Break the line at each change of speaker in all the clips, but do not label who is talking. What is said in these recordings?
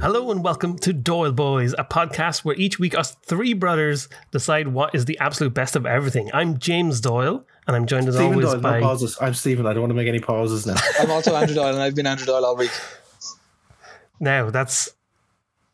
Hello and welcome to Doyle Boys, a podcast where each week us three brothers decide what is the absolute best of everything. I'm James Doyle, and I'm joined as
Stephen
always
Doyle,
by
no pauses. I'm Stephen. I don't want to make any pauses now.
I'm also Andrew Doyle, and I've been Andrew Doyle all week.
now. That's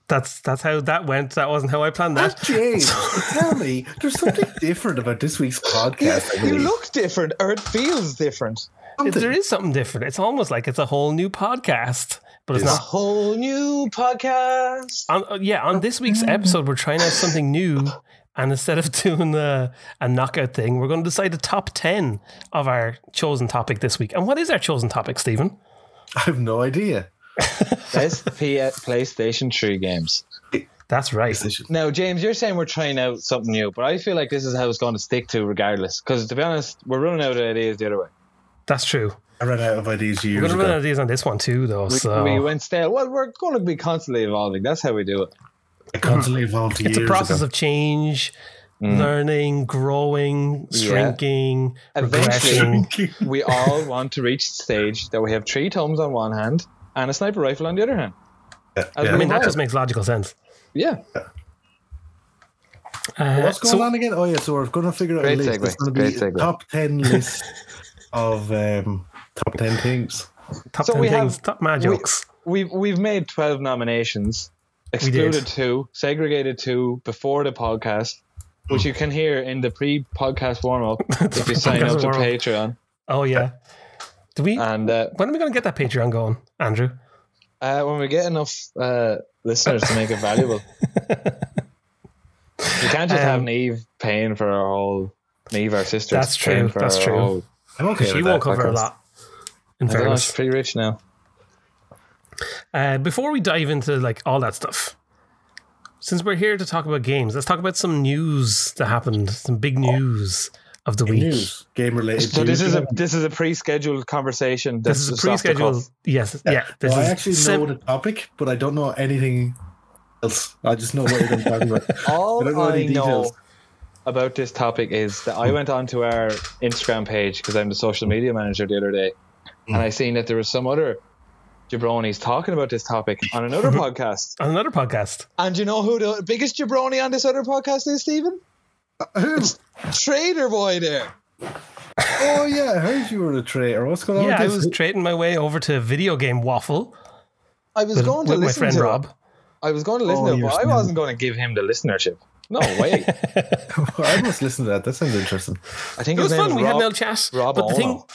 that's that's how that went. That wasn't how I planned that.
James, tell me, there's something different about this week's podcast. I
You
believe.
look different, or it feels different.
Something.
There is something different. It's almost like it's a whole new podcast, but it's
Yes.
A
not.
whole new podcast.
On, uh, yeah, on this week's episode, we're trying out something new, and instead of doing a, a knockout thing, we're going to decide the top ten of our chosen topic this week. And what is our chosen topic, Stephen?
I have no idea.
Best P- PlayStation 3 games.
That's right.
Now, James, you're saying we're trying out something new, but I feel like this is how it's going to stick to regardless. Because to be honest, we're running out of ideas the other way.
That's true.
I ran out of ideas
We're
years
going to run out
ago.
of these on this one too, though.
We,
so
we went stale. Well, we're going to be constantly evolving. That's how we do it.
I constantly evolved
it's a
years
process
ago.
of change, learning, growing,
Mm. Yeah.
shrinking,
Eventually-
regression.
We all want to reach the stage that we have three tomes on one hand and a sniper rifle on the other hand.
Yeah.
I mean, that
Evolve.
just makes logical sense.
Yeah.
Uh,
What's going
so-
on again? Oh yeah, so we're going to figure out a
Great
list.
segue.
It's going to
Great
be
segue.
top ten list of um, top ten things.
Top
So
10
we have-
things, top mad
we-
jokes.
we've we've made 12 nominations excluded two segregated two before the podcast which you can hear in the pre-podcast warm-up if you sign
Podcast
up to
warm-up.
patreon
oh, yeah. Do we?
and uh,
when are we going to get that Patreon going, Andrew?
uh, when we get enough uh, listeners to make it valuable you can't just have
Um,
neve paying for our whole neve our sister
That's true,
paying for
that's
our
true.
whole-
I'm okay.
she
with
won't
that.
cover a
podcast.
lot. In
I don't know, she's
fairness,
pretty rich now
uh, before we dive into like all that stuff, since we're here to talk about games, let's talk about some news that happened. Some
Oh.
big news of the week.
News, game related.
so this is a this is a pre-scheduled conversation
This is a pre-scheduled. Yes, yeah. this
well,
is
I actually
sim-
know the topic, but I don't know anything else. I just know what you're talking about.
All
I don't know
I,
any
know
details.
about this topic is that I went onto our Instagram page because I'm the social media manager the other day, and I seen that there was some other jabronis talking about this topic on another podcast.
on another podcast.
And you know who the biggest jabroni on this other podcast is, Stephen?
Uh,
Trader boy there.
Oh yeah, I heard you were a traitor. What's
Oh,
going on?
yeah, I
with this?
was trading my way over to video game waffle
I was
with,
going to
with my
listen
friend
to
Rob.
I was going to listen
Oh,
to it,
you're
but I
smart.
wasn't going to give him the listenership. No way.
I must listen to that. That sounds interesting.
I think
It was
his
fun.
name is
We had
Rob-
an old chat.
Rob
but the thing,
Ono.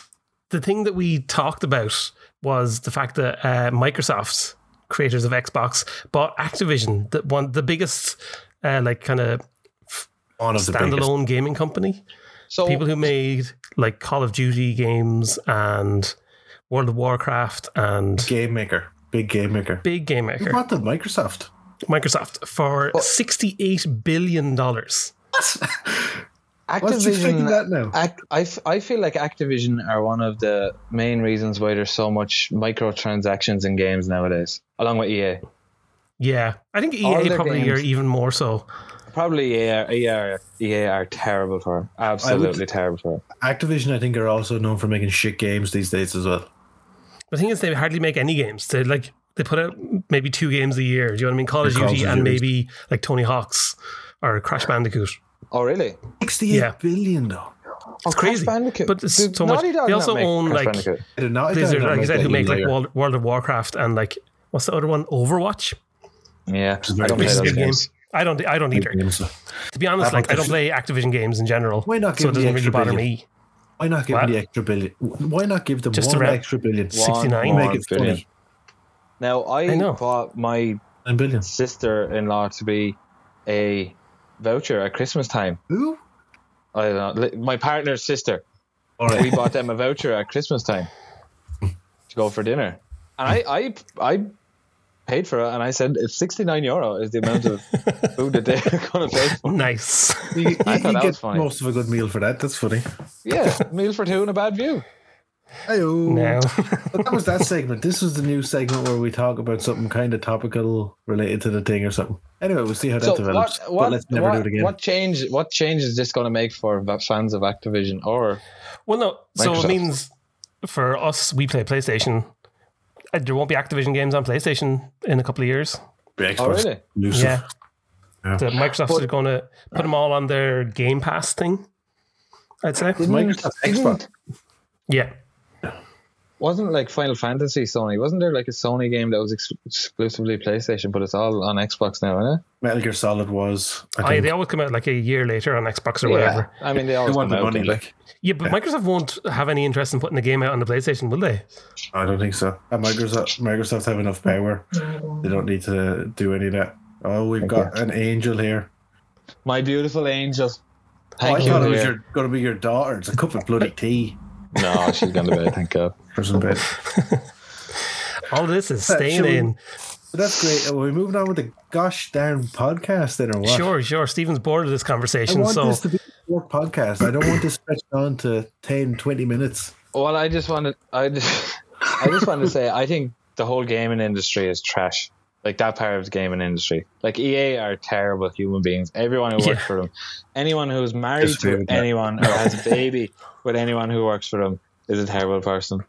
the thing that we talked about was the fact that uh, Microsoft, creators of Xbox, bought Activision, that one the biggest uh, like kind of
One of the biggest.
standalone gaming company.
So
People who made like Call of Duty games and World of Warcraft and
game maker, big game maker.
big game
They
maker
bought the Microsoft.
Microsoft for sixty-eight billion dollars.
What's she thinking
Activision uh,
that now?
Ac- I, f- I feel like Activision are one of the main reasons why there's so much microtransactions in games nowadays, along with E EA.
Yeah, I think
All
EA
their
probably
games.
are even more so.
Probably E EA are, EA are, EA are terrible for it. Absolutely terrible for it.
Activision, I think, are also known for making shit games these days as well.
The thing is, they hardly make any games. They like they put out maybe two games a year. Do you know what I mean? Call of
Call of
Duty and
Duty.
maybe like Tony Hawk's or Crash Bandicoot.
Oh, really?
Yeah.
Sixty-eight billion though.
Oh,
crazy. But it's so much-
Naughty Dog
they
not
also
make
own,
Crash
like-
Bandicoot?
They did not- they
Blizzard,
did not
like I said,
that
who make
even
like
later.
World, World of Warcraft and like what's the other one? Overwatch.
Yeah, I
very good.
don't play
Which is a
those
good game.
games.
I don't. I don't either.
Games.
To be honest,
That
like I don't
one-
play Activision games in general,
Why not
so it
give them the
doesn't really
extra
bother
billion?
me.
Why not give
What?
them the extra billion? Why not give them
Just
one
around-
extra billion?
One
69.
more
Make it
billion.
funny.
Now, I,
I know.
bought my
Nine billion.
sister-in-law to be a voucher at Christmas time.
Who?
I don't know. li- My partner's sister.
All
we
right.
bought them a voucher at Christmas time to go for dinner, and I I, I paid for it, and I said it's sixty nine euro is the amount of food that they're going to pay for.
Nice.
You, you,
I
you
thought that was
get
funny.
most of a good meal for that. That's funny.
Yeah, meal for two and a bad view.
Ayo.
now,
But that was that segment. This was the new segment where we talk about something kind of topical related to the thing or something. Anyway, we'll see how that
So what
develops.
what
but let's never
what,
do it again.
what change what change is this going to make for va- fans of Activision or
well, no. So it
Microsoft.
means for us, we play PlayStation. uh, there won't be Activision games on PlayStation in a couple of years.
Be Xbox
Oh, really?
exclusive.
Yeah.
Yeah.
The Microsoft's
But-
going to put them all on their Game Pass thing. I'd say.
Microsoft Xbox.
Yeah.
Wasn't like Final Fantasy Sony? Wasn't there like a Sony game that was ex- exclusively PlayStation, but it's all on Xbox now, isn't it?
Metal Gear Solid was.
Oh, yeah,
I
they
think.
always come out like a year later on Xbox or whatever.
I mean, they always
they want
come
the
out,
money,
don't they?
like.
Yeah, but Microsoft won't have any interest in putting the game out on the PlayStation, will they?
I don't think so. And Microsoft, Microsoft have enough power. They don't need to do any of that. Oh, we've got an angel here.
My beautiful angel.
Oh,
Thank
I
you.
thought it was
dear.
your, gonna be your daughter. It's a cup of bloody tea
No, she's gone to bed. Thank God.
or something.
All this is
Uh, shall
staying
we-
in.
But that's great. Are we moving on with the gosh darn podcast then, or what?
Sure, sure. Stephen's bored of this
I
conversation,
want
so
this to be a short podcast. I don't want this stretched on to 10, 20 minutes.
Well, I just wanted, I just, I just wanted to say, I think the whole gaming industry is trash. Like that part of the gaming industry. Like EA are terrible human beings. Everyone who works
Yeah.
for them, anyone who's married
Disagree
to
with that.
anyone or has a baby with anyone who works for them is a terrible person.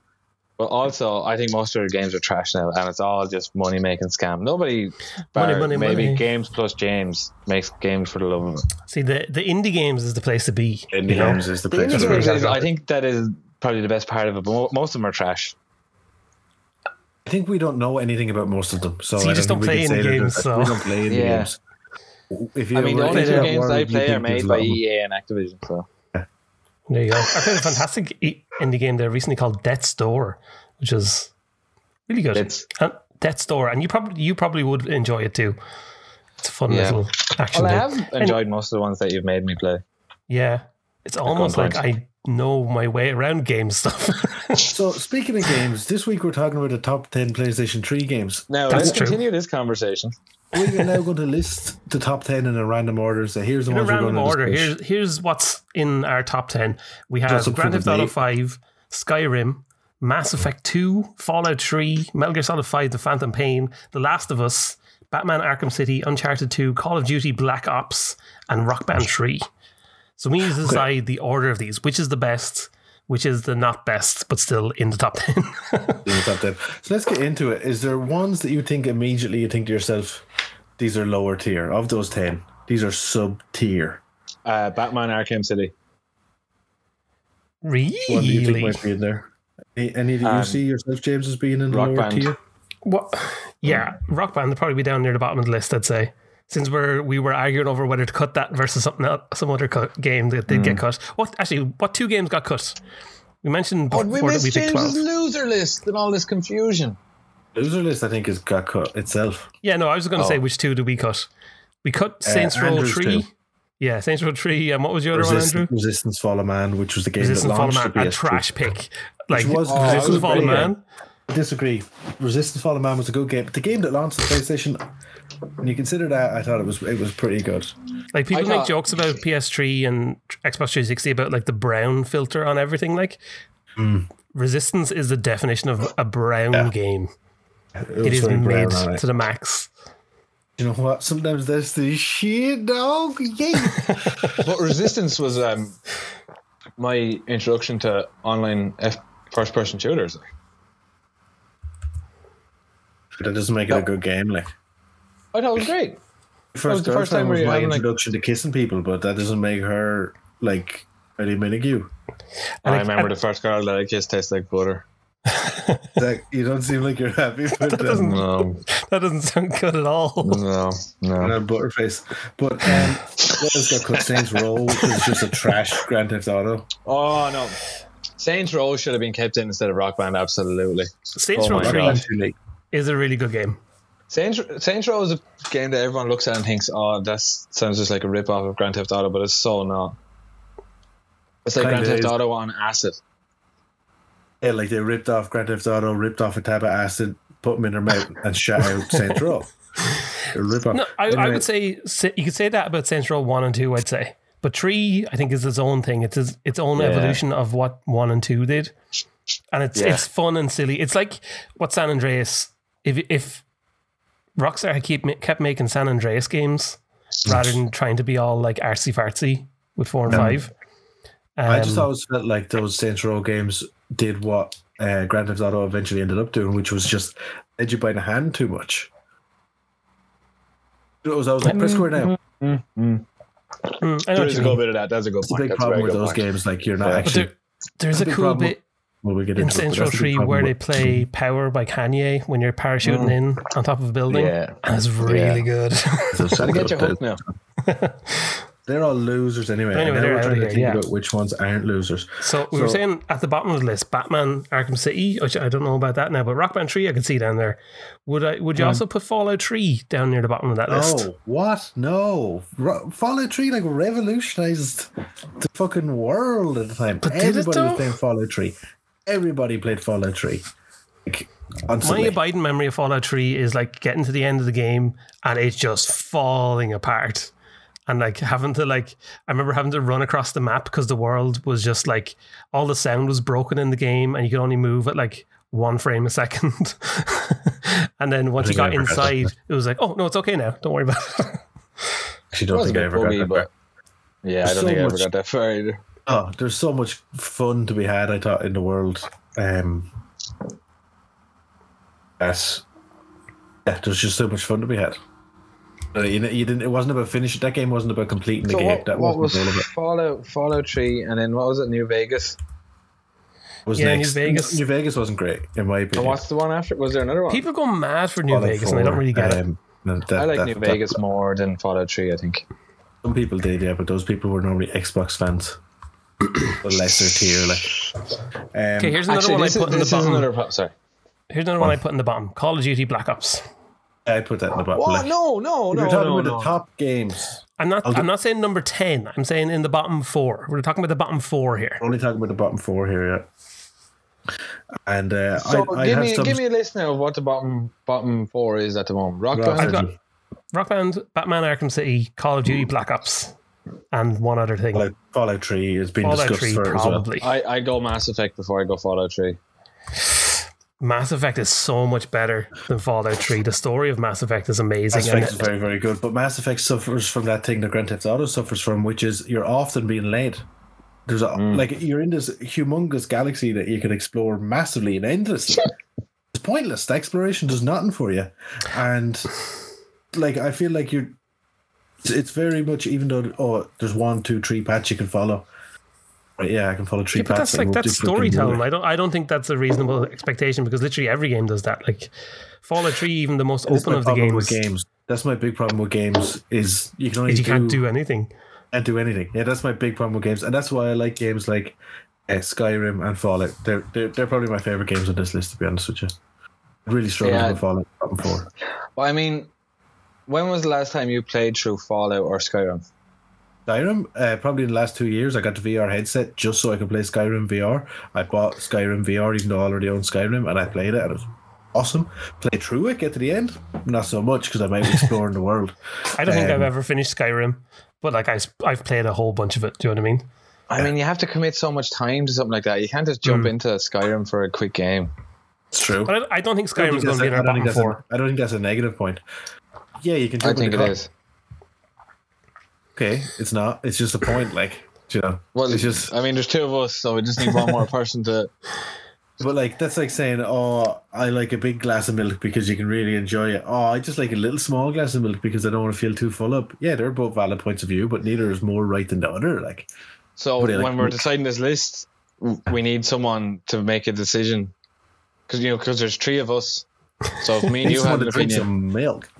But also, I think most of their games are trash now, and it's all just money making scam. Nobody, bar
money,
maybe
money.
Games Plus James makes games for the love of it.
see the the indie games is the place to be.
Indie
know?
games is the
The
place.
indie
for
games
it.
is- I think that is probably the best part of it. But mo- most of them are trash.
I think we don't know anything about most of them. So,
So you
I
just
think
don't play
we can say
indie
that
games,
there's-
so-
We don't play indie
Yeah.
games. If you
I mean, the
were
only
in
two
that
games
world,
I
you'd
play
think
are
there's
made
a lot
by E
of them.
EA and Activision. So
There you go. I played a fantastic i- indie game there recently called Death's Door, which is really good.
It's-
and Death's Door, and you probably you probably would enjoy it too. It's a fun
Yeah.
little action
well, I
game.
have enjoyed most of the ones that you've made me play.
Yeah, it's almost like I know my way around game stuff.
So, speaking of games, this week we're talking about the top 10 PlayStation 3 games.
Now
That's
let's
true.
continue this conversation.
We are now going to list the top 10 in a random order. So, here's the
in a
ones we're going
random
to
order,
discuss.
here's here's what's in our top ten. We have
Just up for
Grand Theft Auto
debate.
Five, Skyrim, Mass Effect Two, Fallout Three, Metal Gear Solid Five: The Phantom Pain, The Last of Us, Batman: Arkham City, Uncharted Two, Call of Duty: Black Ops, and Rock Band Three. So we need to decide the order of these, which is the best, which is the not best, but still in the top ten.
in the top 10. So let's get into it. Is there ones that you think immediately you think to yourself, these are lower tier of those 10? These are sub tier.
Uh, Batman Arkham City.
What do you think
really?
might be in there? Any, any that you
Um,
see yourself, James, as being in the
Rock
lower
Band.
tier?
What? Yeah, Rock Band would probably be down near the bottom of the list. I'd say since we're we were arguing over whether to cut that versus something else, some other cut, game that did
Mm.
get cut. What actually? What two games got cut? We mentioned before that we picked twelve.
loser list and all this confusion.
Loser list, I think, has got cut itself.
Yeah, no, I was going to
Oh.
say which two did we cut? We cut Saints Row
Uh, Andrew's
three.
two.
Yeah, Saints Row three. And what was your other
Resist-
one, Andrew?
Resistance Fall of Man, which was the game
Resistance
that
Fall of
launched
Man,
the
a
PS3.
trash pick. Like
was-
was,
Oh,
it
Resistance
was
Fall of
brilliant.
Man.
I disagree. Resistance Fall of Man was a good game, but the game that launched the PlayStation, when you consider that, I thought it was it was pretty good.
Like people
I
make
got-
jokes about PS3 and Xbox 360 about like the brown filter on everything. Like Resistance is the definition of a brown game.
was
It is
very
made
brown, alright.
to the max.
You know what? Sometimes that's the shit, dog. Yeah.
But Resistance was um, my introduction to online F- first-person shooters.
that doesn't make it a good game, like.
I thought it Oh, was great.
first
was the first time
girlfriend
where
was
you
my
haven't, like-
introduction to kissing people, but that doesn't make her like Eddie Minigue.
And
I
like-
remember the first girl that I kissed tasted like butter.
Like, you don't seem like you're happy about that,
doesn't-
No,
That doesn't sound good at all.
no, no.
that butterface. But um, what else got cut? Saints Row is just a trash Grand Theft Auto.
Oh no. Saints Row should have been kept in instead of Rock Band. Absolutely.
Saints
Oh
Row
my
3
God.
Actually,
is a really good game.
Saints, Saints Row is a game that everyone looks at and thinks, "Oh, that sounds just like a rip off of Grand Theft Auto," but it's so not. It's like
Kinda
Grand Theft
is.
Auto on acid.
yeah, like they ripped off Grand Theft Auto, ripped off a tab of acid, put them in their mouth, and shot out Saints Row. A rip off.
No, I, I would say say- you could say that about Saints Row 1 and 2, I'd say. But 3, I think, is its own thing. It's its, its own
Yeah.
evolution of what 1 and 2 did. And it's
Yeah.
it's fun and silly. It's like what San Andreas, if if Rockstar had keep, ma- kept making San Andreas games rather than trying to be all like artsy fartsy with 4 and Um, 5. Um,
I just always felt like those Saints Row games did what uh, Grand Theft Auto eventually ended up doing, which was just led you by the hand too much. It was, I was like, press square now.
Mm, I know
There
what
is
you
a good
mean.
bit of that. That's a good
It's a
point.
big
That's
problem
very
with
good
those
point.
games. Like, you're not
Yeah.
But there,
actually.
there's a
big
cool
problem
bit
Well, we get
in
into it, but
Central
that's the
Tree
problem
where they
with- Mm.
play Power by Kanye when you're parachuting in on top of a building.
Yeah.
And it's really good.
Gotta get your hook now.
They're all losers anyway.
Anyway,
and now
they're
we're
out
trying
of here,
to think
yeah.
about which ones aren't losers.
so we were
So-
saying at the bottom of the list, Batman Arkham City, which I don't know about that now, but Rock Band 3 I can see down there. Would I would you also put Fallout 3 down near the bottom of that list?
Hmm. Oh, what? No. Ro- Fallout 3 like revolutionized the fucking world at the time.
But did it,
Everybody
though?
was playing Fallout 3. Everybody played Fallout 3. Like,
My
constantly.
abiding memory of Fallout 3 is like getting to the end of the game and it's just falling apart. And like having to like I remember having to run across the map because the world was just like all the sound was broken in the game and you could only move at like one frame a second. and then once you
think I
got
ever had that.
inside, it was like, oh no, it's okay now. Don't worry about it.
actually
It
don't
was a
think I
bit
ever got
buggy,
that
but. Yeah, I don't
There's so
think I ever
much-
got that far either.
Oh, there's so much fun to be had, I thought, in the world. Um, yes. Yeah, there's just so much fun to be had. Uh, You, know, you didn't. It wasn't about finishing. That game wasn't about completing the
So
game.
what,
that
what
wasn't
was
all of it.
Fallout, Fallout 3, and then what was it, New Vegas?
was
Yeah, New
next.
Vegas.
New Vegas wasn't great, in my
And
opinion.
what's the one after? Was there another one?
People go mad for New
Fallout
Vegas and I don't
4,
really get it.
um, no, that-
I like
that-
New
that-
Vegas more than Fallout 3, I think.
Some people did, yeah, but those people were normally Xbox fans. the lesser tier, like. Um,
Okay, here's another one I
this is,
put in the
this is
bottom.
another pro- sorry.
Here's another one I put in the bottom. Call of Duty Black Ops.
I put that in the bottom.
What?
like-
No, no, no,
We're talking
no,
about
no.
the top games.
I'm not. I'm not saying number ten. I'm saying in the bottom four. We're talking about the bottom four here.
We're only talking about the bottom four here, yeah. And uh,
So
I, I
give
have
me
some.
give me a list now of what the bottom bottom four is at the moment. Rock
Rock
Band,
got-
City.
Rock Band, Batman: Arkham City, Call of Duty Black Ops, and one other thing.
Fallout, Fallout 3 has been
Fallout
discussed
Three,
for as well.
probably.
I, I go Mass Effect before I go Fallout 3.
Mass Effect is so much better than Fallout Three. The story of Mass Effect is amazing.
Mass
and
Effect is very, very good. But Mass Effect suffers from that thing that Grand Theft Auto suffers from, which is you're often being led. There's a,
Mm.
like you're in this humongous galaxy that you can explore massively and endlessly. it's pointless. The exploration does nothing for you, and like I feel like you're. It's, it's very much even though oh there's one two three paths you can follow. Right, yeah, I can follow three
Yeah, but
paths.
that's
I
like
won't
that's
do fucking
storytelling.
one.
I don't. I don't think that's a reasonable expectation because literally every game does that. Like Fallout Three, even the most
That's
open
my
of the
problem
games,
with games. That's my big problem with games is you can only
is you can't do anything.
and do anything. Yeah, that's my big problem with games, and that's why I like games like uh, Skyrim and Fallout. They're, they're they're probably my favorite games on this list, to be honest with you. I really struggled
Yeah.
with Fallout bottom four.
Well, I mean, when was the last time you played through Fallout or Skyrim?
Skyrim, uh, probably in the last two years, I got the VR headset just so I could play Skyrim VR. I bought Skyrim VR, even though I already owned Skyrim, and I played it, and it was awesome. Play through it, get to the end, not so much because I might be exploring the world.
I don't think I've
Um,
ever finished Skyrim, but like I, I've played a whole bunch of it. Do you know what I mean?
I mean, you have to commit so much time to something like that. You can't just jump
Hmm.
into Skyrim for a quick game.
It's true.
But I, I don't think Skyrim is going to be in
I
our
don't
bottom
think that's a-
four.
I don't think that's a negative point. Yeah, you can.
I
jump in
think
the
it
car.
is.
Okay, it's not. It's just a point, like you know.
Well,
it's just,
I mean, there's two of us, so we just need one more person to.
but like that's like saying, "Oh, I like a big glass of milk because you can really enjoy it." Oh, I just like a little small glass of milk because I don't want to feel too full up. Yeah, they're both valid points of view, but neither is more right than the other. Like,
So
What do you like?
when we're deciding this list, w- we need someone to make a decision because you know because there's three of us. So if me and you
you
have
want
an
to drink
opinion,
some milk.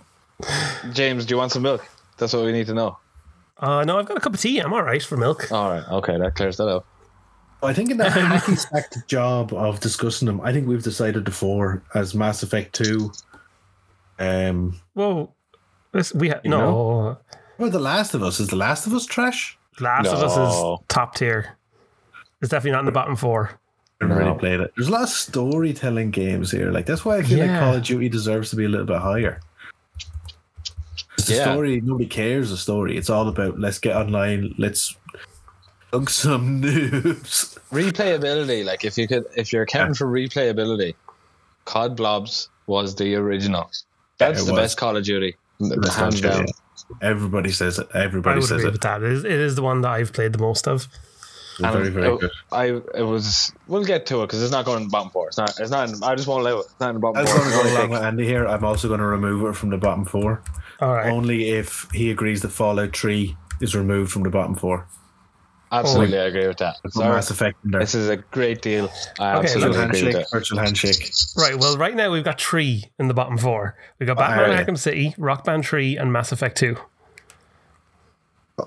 James, do you want some milk? That's what we need to know.
Uh, no, I've got a cup of tea. I'm all right for milk.
All right, okay, that clears that up.
I think in that hacky sacked job of discussing them, I think we've decided the four as Mass Effect Two. Um,
Whoa. This, we ha- no.
well, The Last of Us is The Last of Us trash.
Last of Us
No.
is top tier. It's definitely not in the bottom four.
I haven't
No.
really played it. There's a lot of storytelling games here. Like that's why I feel
Yeah.
like Call of Duty deserves to be a little bit higher. 'Cause The
Yeah.
story nobody cares. The story. It's all about let's get online. Let's dunk some noobs.
Replayability, like if you could, if you're accounting for replayability, COD Blobs was the original. That's
it
the
was.
best Call of Duty,
That's
hands
not
down.
true. Everybody says it.
I
Everybody
would
says
agree
it.
with that. It is, it is the one that I've played the most of.
And
very, very
it,
good.
I it was. We'll get to it because it's not going in the bottom four. It's not. It's not. In, I just won't allow it. It's not in the bottom
As
four.
long as I'm
It's only
along
six.
with Andy here, I'm also going to remove it from the bottom four.
All right.
Only if he agrees that Fallout 3 is removed from the bottom four.
Absolutely,
Oh,
I agree with that.
Put
Sorry.
Mass Effect in there.
This is a great deal. I
Okay,
absolutely
Virtual
agree with
handshake,
that.
virtual handshake.
Right. Well, right now we've got three in the bottom four. We've got Batman
Alright.
Arkham City, Rock Band 3, and Mass Effect 2.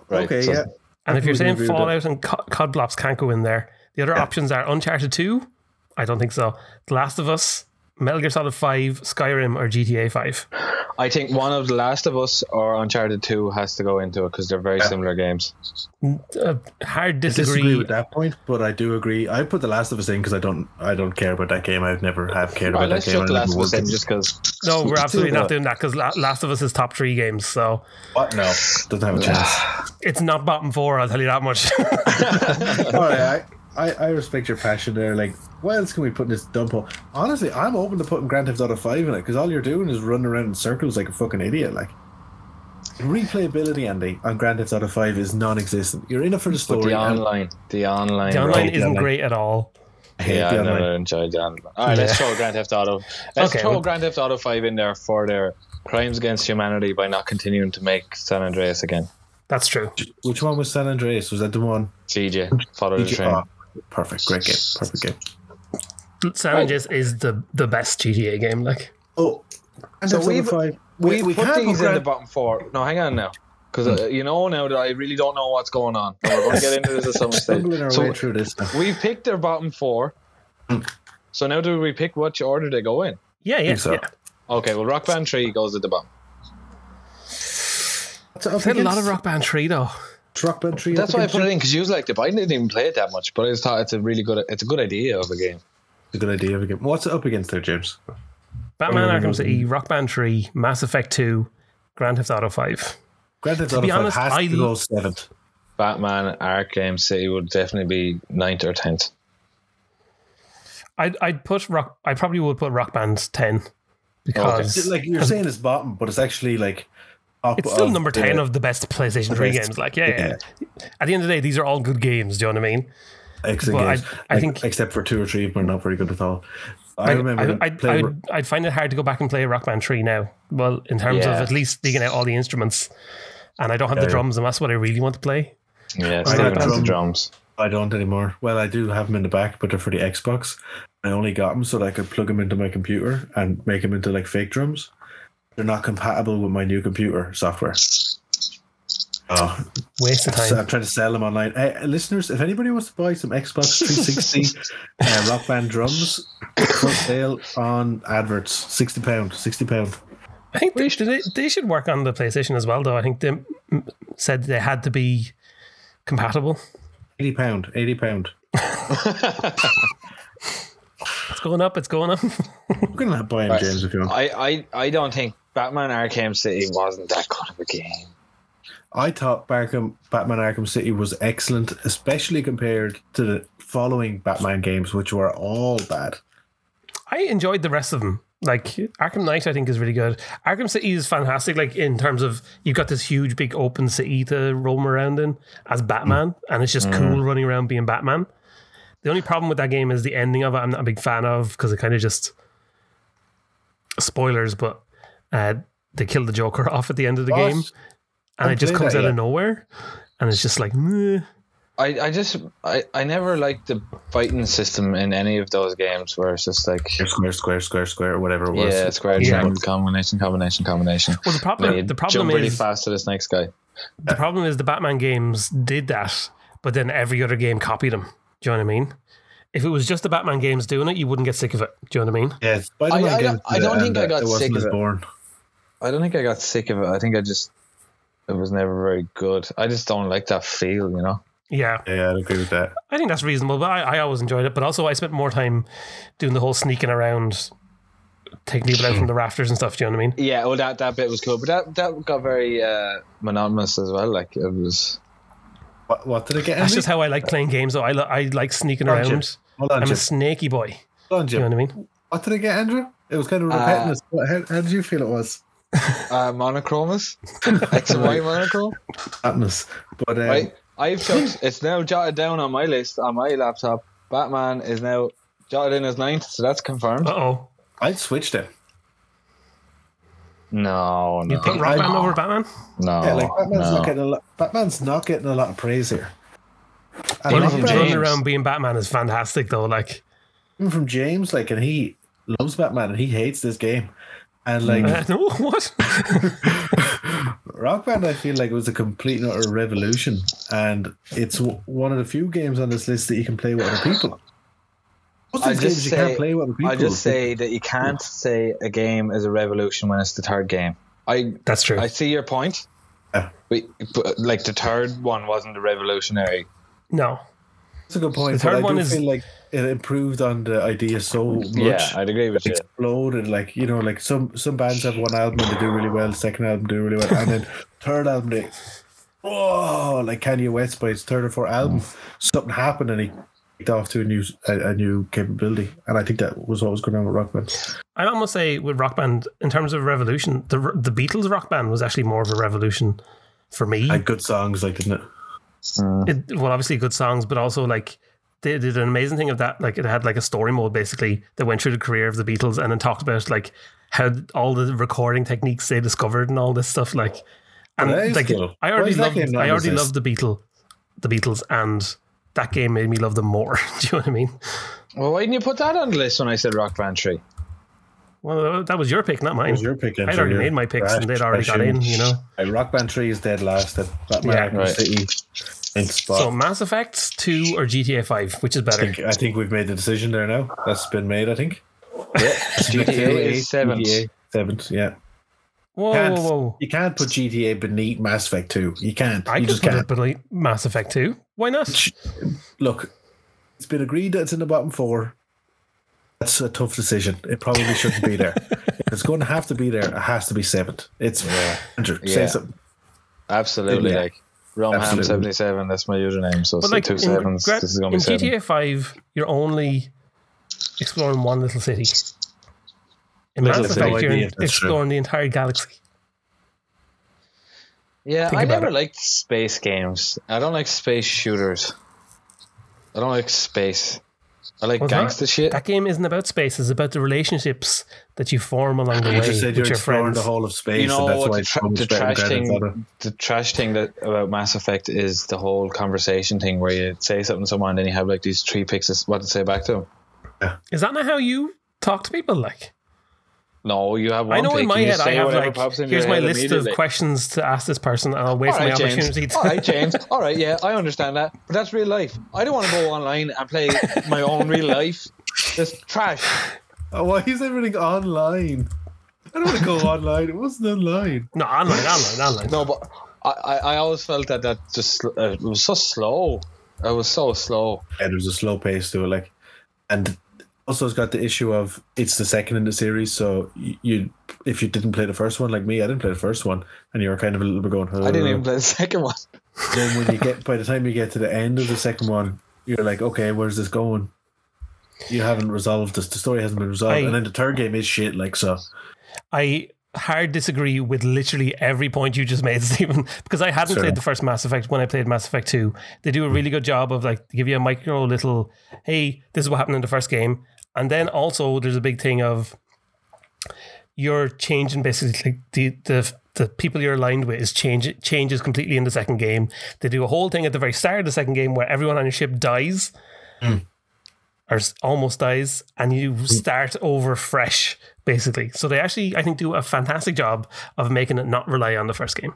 Right,
okay,
so-
yeah.
And if you're
Completely
saying
agree with
Fallout and Co- Cod Blops can't go in there, the other options are Uncharted 2. I don't think so. The Last of Us, Metal Gear Solid 5, Skyrim, or GTA 5.
I think one of The Last of Us or Uncharted Two has to go into it because they're very similar games.
Uh, hard
Disagree.
disagree.
with that point, but I do agree. I put The Last of Us in because I don't, I don't care about that game. I've never have cared
Right,
about
let's
that game.
shut
I
The Last
never
of Us
would.
in just because.
No, we're absolutely
do
not
that.
doing that because La- Last of Us is top three games, so
What? No, doesn't have a chance.
it's not bottom four. I'll tell you that much.
All right, I, I, I respect your passion there. Like, what else can we put in this dump hole? Honestly, I'm open to putting Grand Theft Auto Five in it because all you're doing is running around in circles like a fucking idiot. Like, replayability, Andy, on Grand Theft Auto Five is non-existent. You're in it for the
But
story.
the
and
online, the online,
the online
Right,
isn't
yeah,
great at all.
I hate
Yeah,
the
I
online.
never enjoyed the online. All right, let's throw Grand Theft Auto. Let's
Okay,
throw
well-
Grand Theft Auto Five in there for their crimes against humanity by not continuing to make San Andreas again.
That's true.
Which one was San Andreas? Was that the one?
CJ, follow the train.
Oh, perfect, great game, perfect game.
San Andreas is the the best GTA game. Like
Oh, and
So
so we
we've-
five.
We,
we
put
can't
these in
Grand- Hmm.
the bottom four. No, hang on now. Because uh, you know now that I really don't know what's going on. And we're going to get into this at some
Stumbling our
stage.
way
So
through Hmm. this. now.
we picked their bottom four. So now do we pick which order they go in?
yeah, yeah,
think so.
yeah.
Okay, well, Rock Band 3 goes at the bottom.
So up
Played a lot of
against
Rock Band Three though.
Rock Band Three.
That's
up
why I
against
put it in because you was like, the I didn't even play it that much, but I just thought it's a really good, it's a good idea of a game.
It's a good idea of a game. What's it up against there, James?
Batman
Mm.
Arkham City, Rock Band Three, Mass Effect Two, Grand Theft Auto Five.
Grand Theft
To
Auto
be
5
honest,
has
I
to go seventh.
Batman, Arkham City would definitely be ninth or tenth.
I'd I'd put Rock. I probably would put Rock Band
Oh,
Ten because
It's Like you're saying, it's bottom, but it's actually like up
it's still
of
number
the-
ten of the best PlayStation Three
best.
games. Like yeah, yeah. At the end of the day, these are all good games. Do you know what I mean?
excellent
Well, I-
games.
I
Like,
think-
except for two or three, were not very good at all. I, remember
I,
I,
I, would
playing.
I'd, I'd find it hard to go back and play Rock Band 3 now. Well, in terms
Yeah.
of at least digging out all the instruments. And I don't have
Yeah,
the
yeah.
drums, and that's what I really want to play.
Yeah,
I
Stephen
got
has the
drum-
drums.
I don't anymore. Well, I do have them in the back, but they're for the Xbox. I only got them so that I could plug them into my computer and make them into like fake drums. They're not compatible with my new computer software. Oh,
Waste of
So
time.
I'm trying to sell them online. Hey, listeners, if anybody wants to buy some Xbox 360 uh, Rock Band drums, for sale on adverts, sixty pound, sixty pound.
I think they, they, they should work on the PlayStation as well, though. I think they mm, said they had to be compatible.
Eighty pound, eighty pound.
It's going up, it's going up.
I'm gonna buy him, James, if you want.
I, I, I don't think Batman Arkham City wasn't that good of a game.
I thought Barkham, Batman Arkham City was excellent, especially compared to the following Batman games, which were all bad.
I enjoyed the rest of them. Like Arkham Knight, I think is really good. Arkham City is fantastic. Like in terms of you've got this huge, big open city to roam around in as Batman, and it's just cool running around being Batman. The only problem with that game is the ending of it. I'm not a big fan of because it kind of just spoilers, but uh, they kill the Joker off at the end of the
What?
game, and it just
played
comes
that
out
yet.
of nowhere, and it's just like, meh.
I, I just I, I never liked the fighting system in any of those games where it's just like
Square, square, square, square, or whatever it was.
yeah square
Yeah.
triangle combination combination combination.
well, the
Like, you
problem, the problem
jump
is
really fast to this next guy.
the problem is the Batman games did that, but then every other game copied them. Do you know what I mean? If it was just the Batman games doing it, you wouldn't get sick of it. Do you know what I mean?
Yeah, Spider-Man
I- I
games
don't- I
did it,
don't think
and,
I
uh,
got
it wasn't
sick of
as
it.
boring.
I don't think I got sick of it. I think I just it was never very good. I just don't like that feel, you know.
Yeah,
Yeah, I'd agree with that.
I think that's reasonable. But I, I always enjoyed it. But also, I spent more time doing the whole sneaking around, taking people out from the rafters and stuff. Do you know what I mean?
Yeah, well that, that bit was cool, but that that got very uh, monotonous as well. Like it was
What, what did I get?
That's
Andy?
just how I like playing games. Though I, lo- I like sneaking
Aren't you?
around.
Hold on,
I'm a
Jim.
snaky boy.
Hold on,
Do you
Jim.
know what I mean?
What did I get, Andrew? It was kind of repetitive. What- how, how did you feel it was?
uh, monochromous, X and Y monochrome.
Madness. But um,
Right. I've checked. it's now jotted down on my list on my laptop. Batman is now jotted in as ninth, so that's confirmed.
Uh oh.
I'd switch them.
No,
You
no,
put Rockman over Batman?
no,
Yeah, like Batman's
Oh, no.
not getting a lot. Batman's not getting a lot of praise here. And
But
Even
even,
his
from
from
run
James.
around being Batman is fantastic, though. Like,
even from James, like, and he loves Batman and he hates this game. And like
Mm-hmm.
uh, no, what?
Rock Band, I feel like was a complete and utter revolution, and it's w- one of the few games on this list that you can play with other people. Most of
I
these
just
games
say-
you can't play with other people.
I just say that you can't say a game is a revolution when it's the third game. I
That's true.
I see your point.
Yeah.
But, but like the third one wasn't a revolutionary.
no.
that's a good point.
The third
but I do
one is-
feel like it improved on the idea so much.
Yeah, I'd agree with you.
exploded. Like you know, like some some bands have one album and they do really well, second album do really well, and then third album they whoa, like Kanye West by his third or fourth album, something happened and he kicked off to a new a, a new capability, and I think that was what was going on with Rock Band.
I'd almost say with Rock Band, in terms of revolution, the the Beatles Rock Band was actually more of a revolution for me.
And good songs, like didn't it?
it, well, obviously good songs, but also like they did an amazing thing of that. Like it had like a story mode basically that went through the career of the Beatles and then talked about like how all the recording techniques they discovered and all this stuff. Like, and
Well, that is
like
cool.
I
Why
already
is that
loved,
game not
I
on
already
this
loved the Beatle, the Beatles, and that game made me love them more. Do you know what I mean?
Well, why didn't you put that on the list when I said Rock Band Tree?
Well, that was your pick, not mine.
was your pick,
I'd
Andrew,
already
yeah.
made my picks,
Right,
and they'd already
I
got in.
shouldn't-
You know.
Like, Rock Band Three is dead last. That Batman
Yeah,
Arkham
right.
City in spot.
So Mass Effect two or GTA five, which is
I
better?
think, I think we've made the decision there now. That's been made. I think
GTA is seventh.
GTA seventh. Yeah,
Whoa,
Can't-
whoa, whoa!
you can't put GTA beneath Mass Effect Two. You can't.
I
you
could
just
put
can't.
it beneath Mass Effect two. Why not?
look, it's been agreed that it's in the bottom four. That's a tough decision. It probably shouldn't be there. if it's going to have to be there, it has to be seventh. It's Andrew,
Yeah.
say something.
Absolutely,
Yeah.
like Romham
Absolutely.
seventy seven. That's my username. So it's
But
like
like
two
in,
sevens.
Gra-
this is gonna be
in
seven.
GTA Five, you're only exploring one little city. In
Little
Mass
city.
Effect,
No idea
you're
if that's
exploring the entire galaxy.
Yeah,
Think
I
about
never
it.
liked space games. I don't like space shooters. I don't like space. I like
Well, that-
gangster shit.
That game isn't about space; it's about the relationships that you form along the
You
way
just said
with
you're
your
exploring
friends.
the whole of space,
you know
and that's
what
why
the,
it's
tra-
so much
the
better than
trash
Grand Theft Auto.
thing the trash thing that about Mass Effect is the whole conversation thing where you say something to someone and then you have like these three picks of what to say back to them.
Is that not how you talk to people? Like,
No, you have one
I know
pick
in my
and you
head I
say
have
whatever
like,
pops in your
here's my
head
list of
immediately.
questions to ask this person, and I'll wait
All
for my
right, James.
opportunity. To...
All right, James. All right, yeah, I understand that, but that's real life. I don't want to go online and play my own real life. It's trash.
Oh, why is everything online? I don't want to go online. It wasn't online.
No, online, online, online.
No, but I, I, I always felt that that just uh, it was so slow. It was so slow.
Yeah, there was a slow pace to it, like, and also it's got the issue of it's the second in the series. So you, you if you didn't play the first one, like me, I didn't play the first one, and you were kind of a little bit going.
I didn't
"Oh."
even play the second one.
then when you get by the time you get to the end of the second one, you're like, okay, where's this going? You haven't resolved this. The story hasn't been resolved,
I-
and then the third game is shit. Like so,
I hard disagree with literally every point you just made, Stephen, because I hadn't
Sure.
played the first Mass Effect when I played Mass Effect 2. They do a really good job of like give you a micro little, hey, this is what happened in the first game. And then also there's a big thing of you're changing basically like, the the the people you're aligned with is change changes completely in the second game. They do a whole thing at the very start of the second game where everyone on your ship dies or s- almost dies, and
Hmm.
you start over fresh, basically. So they actually, I think, do a fantastic job of making it not rely on the first game.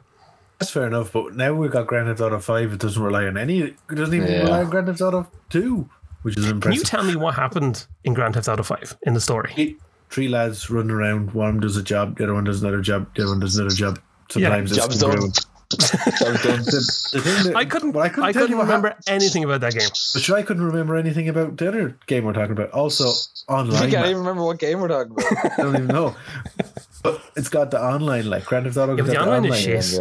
that's fair enough. But now we've got Grand Theft Auto Five. It doesn't rely on any. It doesn't even
Yeah.
rely on Grand Theft Auto Two, which is
Can you
impressive.
tell me what happened in Grand Theft Auto Five in the story?
Three- Three lads running around. One does a job. The other one does another job. The other one does another job. Sometimes it's
Job's done.
congruent.
Job's done.
The, the thing that,
I couldn't.
but
I
I
couldn't,
couldn't, tell you what
remember
happened.
anything about that game.
But sure, I couldn't remember anything about the other game we're talking about. Also
I
online.
can't
man.
even remember what game we're talking about.
I don't even know. But it's got the online like Grand Theft Auto.
Yeah, but
got
the online is shit.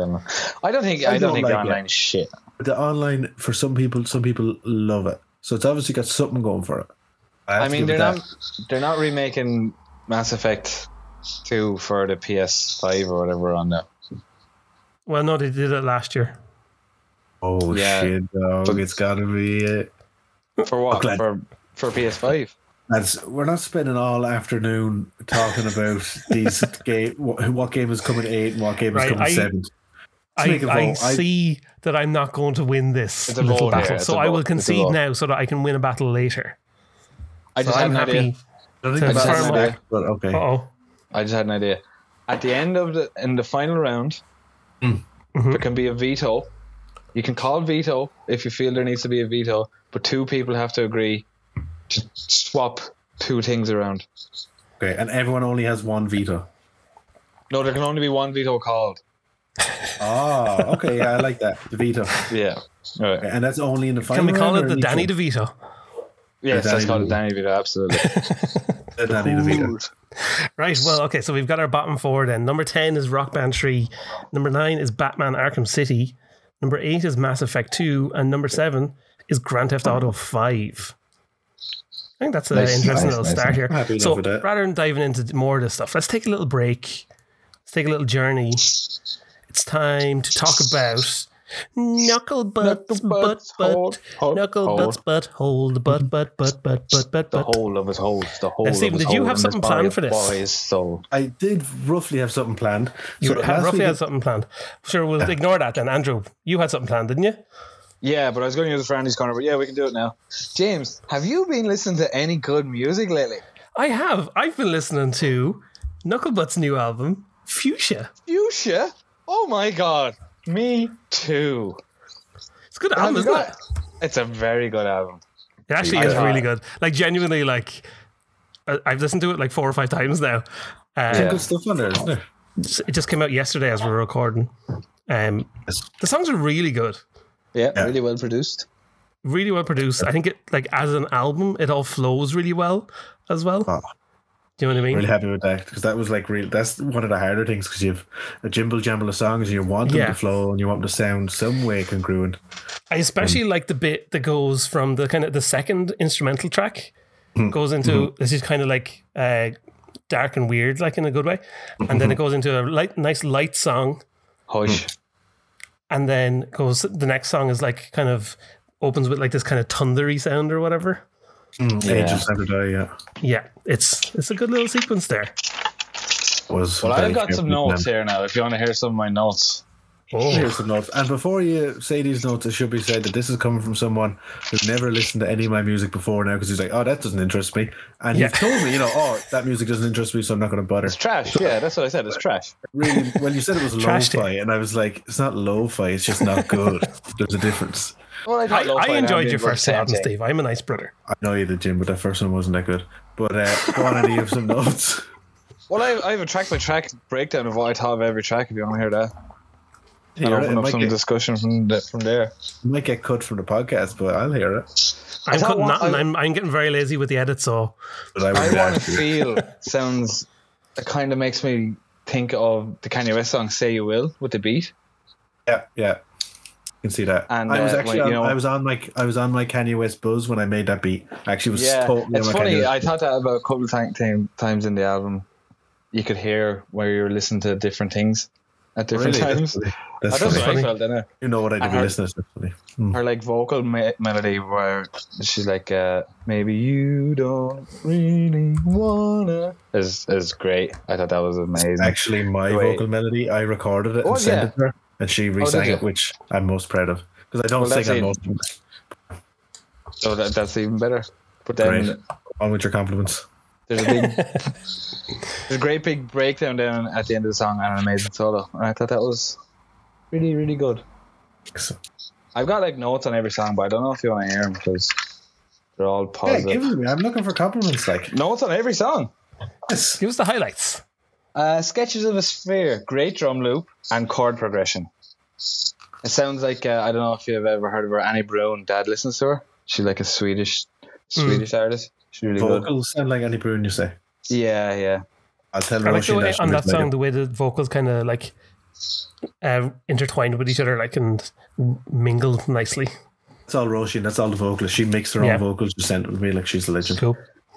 I don't think I, don't,
don't
think
like
the online shit.
The online for some people, some people love it. So it's obviously got something going for it. have
I
to
mean,
give it
they're
that.
not they're not remaking Mass Effect two for the PS five or whatever on now.
Well, no, they did it last year.
Oh
Yeah.
shit, dog! It's gotta be it.
For what?
Glenn.
For for PS5.
That's, we're not spending all afternoon talking about these game. What, what game is coming eight and what game
Right,
is coming
I-
seven?
I,
make a
I
vote. I-
see that I'm not going to win this
It's a
little
vote here.
battle,
It's
so
a
I
vote.
will
It's a
concede
vote.
now so that I can win a battle later.
I
So
just had
I'm
an idea.
happy.
I
think
think
about
that's
it.
fair, but okay.
Oh,
I just had an idea. At the end of the in the final round,
Mhm.
there can be a veto. You can call veto if you feel there needs to be a veto, but two people have to agree to swap two things around.
Okay, and everyone only has one veto.
No, there can only be one veto called.
Ah, okay, yeah, I like that. The veto, Okay,
Yeah. All right.
and that's only in the final.
can we call
round
it
or
the
in each
Danny
one?
DeVito?
Yes,
Yeah,
that's
Danny
called a Danny veto. Absolutely.
The Danny DeVito.
Right. Well, okay. So we've got our bottom four. Then number ten is Rock Band Three. Number nine is Batman: Arkham City. Number eight is Mass Effect Two, and number seven is Grand Theft Auto Five. I think that's an
Nice,
interesting
nice,
little
nice.
start here.
Happy enough
so
with that.
rather than diving into more of this stuff, let's take a little break. Let's take a little journey. It's time to talk about knuckle butts, butt,
butts,
butt,
hold, hold,
knuckle
hold.
butts, butt, hold, butt, butt, butt, butt, butt, butt,
The
butt.
whole of his whole. The whole.
Now,
of
Stephen,
his
did you
whole
have
and his
something planned
body of
for this?
Boys, so
I did roughly have something planned.
You
So
had
last
roughly
week-
had something planned. Sure, we'll ignore that then. Andrew, you had something planned, didn't you?
yeah, but I was going to use it for Andy's corner, but yeah, we can do it now. James, have you been listening to any good music lately?
I have. I've been listening to Knucklebutt's new album, Fuchsia.
Fuchsia? Oh my god. Me too.
It's a good
Have
album,
you
isn't
got
it?
it? It's a very good album.
It actually
I
is
got
really
it.
good. Like genuinely, like I- I've listened to it like four or five times now. Uh,
Good stuff on there, isn't there?
It just came out yesterday as we were recording. Um,
Yes.
the songs are really good,
Yeah, really well produced.
really well produced. I think it like as an album, it all flows really well as well.
Oh.
Do you know what I mean?
Really happy with that because that was like real. That's one of the harder things because you've a jimble jamble of songs and you want them
Yeah.
to flow and you want them to sound some way congruent.
I especially like the bit that goes from the kind of the second instrumental track goes into this is kind of like uh, dark and weird, like in a good way, and then it goes into a light, nice light song,
Hush.
and then goes the next song is like kind of opens with like this kind of thundery sound or whatever.
Angels never die. Yeah,
Yeah, it's it's a good little sequence there.
was
Well,
very
I've got some
careful with
notes
them.
here now if you want to hear some of my notes.
Oh,
Here's some notes. And before you say these notes, it should be said that this is coming from someone who's never listened to any of my music before now because he's like, "Oh, that doesn't interest me," and you've
Yeah.
told me, you know, "Oh, that music doesn't interest me, so I'm not going to bother."
It's trash. Yeah, that's what I said. It's trash.
Really, well, you said it was
Trashed it.
lo-fi, and I was like, "It's not lo-fi; it's just not good." There's a difference.
Well,
I,
thought lo-fi
I
and
enjoyed
ambient
your
were the
first
same
album,
thing.
Steve. I'm a nice brother.
I know you did, Jim, but that first one wasn't that good. But uh, go on and leave some notes.
Well, I, I have a track by track breakdown of what I thought of every track. If you want to hear that, and
Hear it.
open
It
up
might,
some
get,
discussion from the, from there.
might get cut from the podcast, but I'll hear it.
I'm
thought
cutting
one-
that, and
I-
I'm I'm getting very lazy with the edit, so
But I
I
would
want to
ask you.
feel sounds. It kind of makes me think of the Kanye West song "Say You Will" with the beat.
Yeah, yeah. You can see that.
And,
I was
uh,
actually,
like,
on,
you know-
I was on like, I was on my Kanye West buzz when I made that beat. I actually was
Yeah,
totally
it's
on my Kanye
funny.
West
I thought that about a couple of time, time, times in the album. You could hear where you were listening to different things at
buzz.
different
Really, that's
times.
funny.
That's
That's
what
funny.
I felt, didn't I?
You know what I did
heard-
with listeners. That's funny. Mm.
her like vocal me- melody where she's like uh, maybe you don't really wanna is is great i thought that was amazing
Actually, my
Wait.
vocal melody, I recorded it and
Oh,
sent
yeah. Oh,
it to her, and she
did
re-sang
you?
it, which I'm most proud of because I don't
Well, that's
sing on
it.
most. of them.
so that, that's even better but then
Great. On with your compliments.
there's a big there's a great big breakdown down at the end of the song and an amazing solo and i thought that was really really good i've got like notes on every song but i don't know if you want to hear them because they're all
Hey,
positive
give it to me. I'm looking for compliments. Like,
notes on every song
yes.
give us the highlights.
Uh, Sketches of a Sphere, great drum loop and chord progression. It sounds like uh, I don't know if you've ever heard of her, Annie Brown. Dad listens to her. She's like a Swedish Swedish artist. She's really good.
vocals sound like Annie Bruin, you say.
Yeah, yeah.
I'll tell
I like the
Roisin
way
that she
on
must
that
make
song,
it.
the way the vocals kind of like uh, intertwined with each other, like and mingle nicely.
That's all Roisin. That's all the vocalist. She makes her
Yeah.
own vocals. Just sent it to me like she's a legend.
Cool.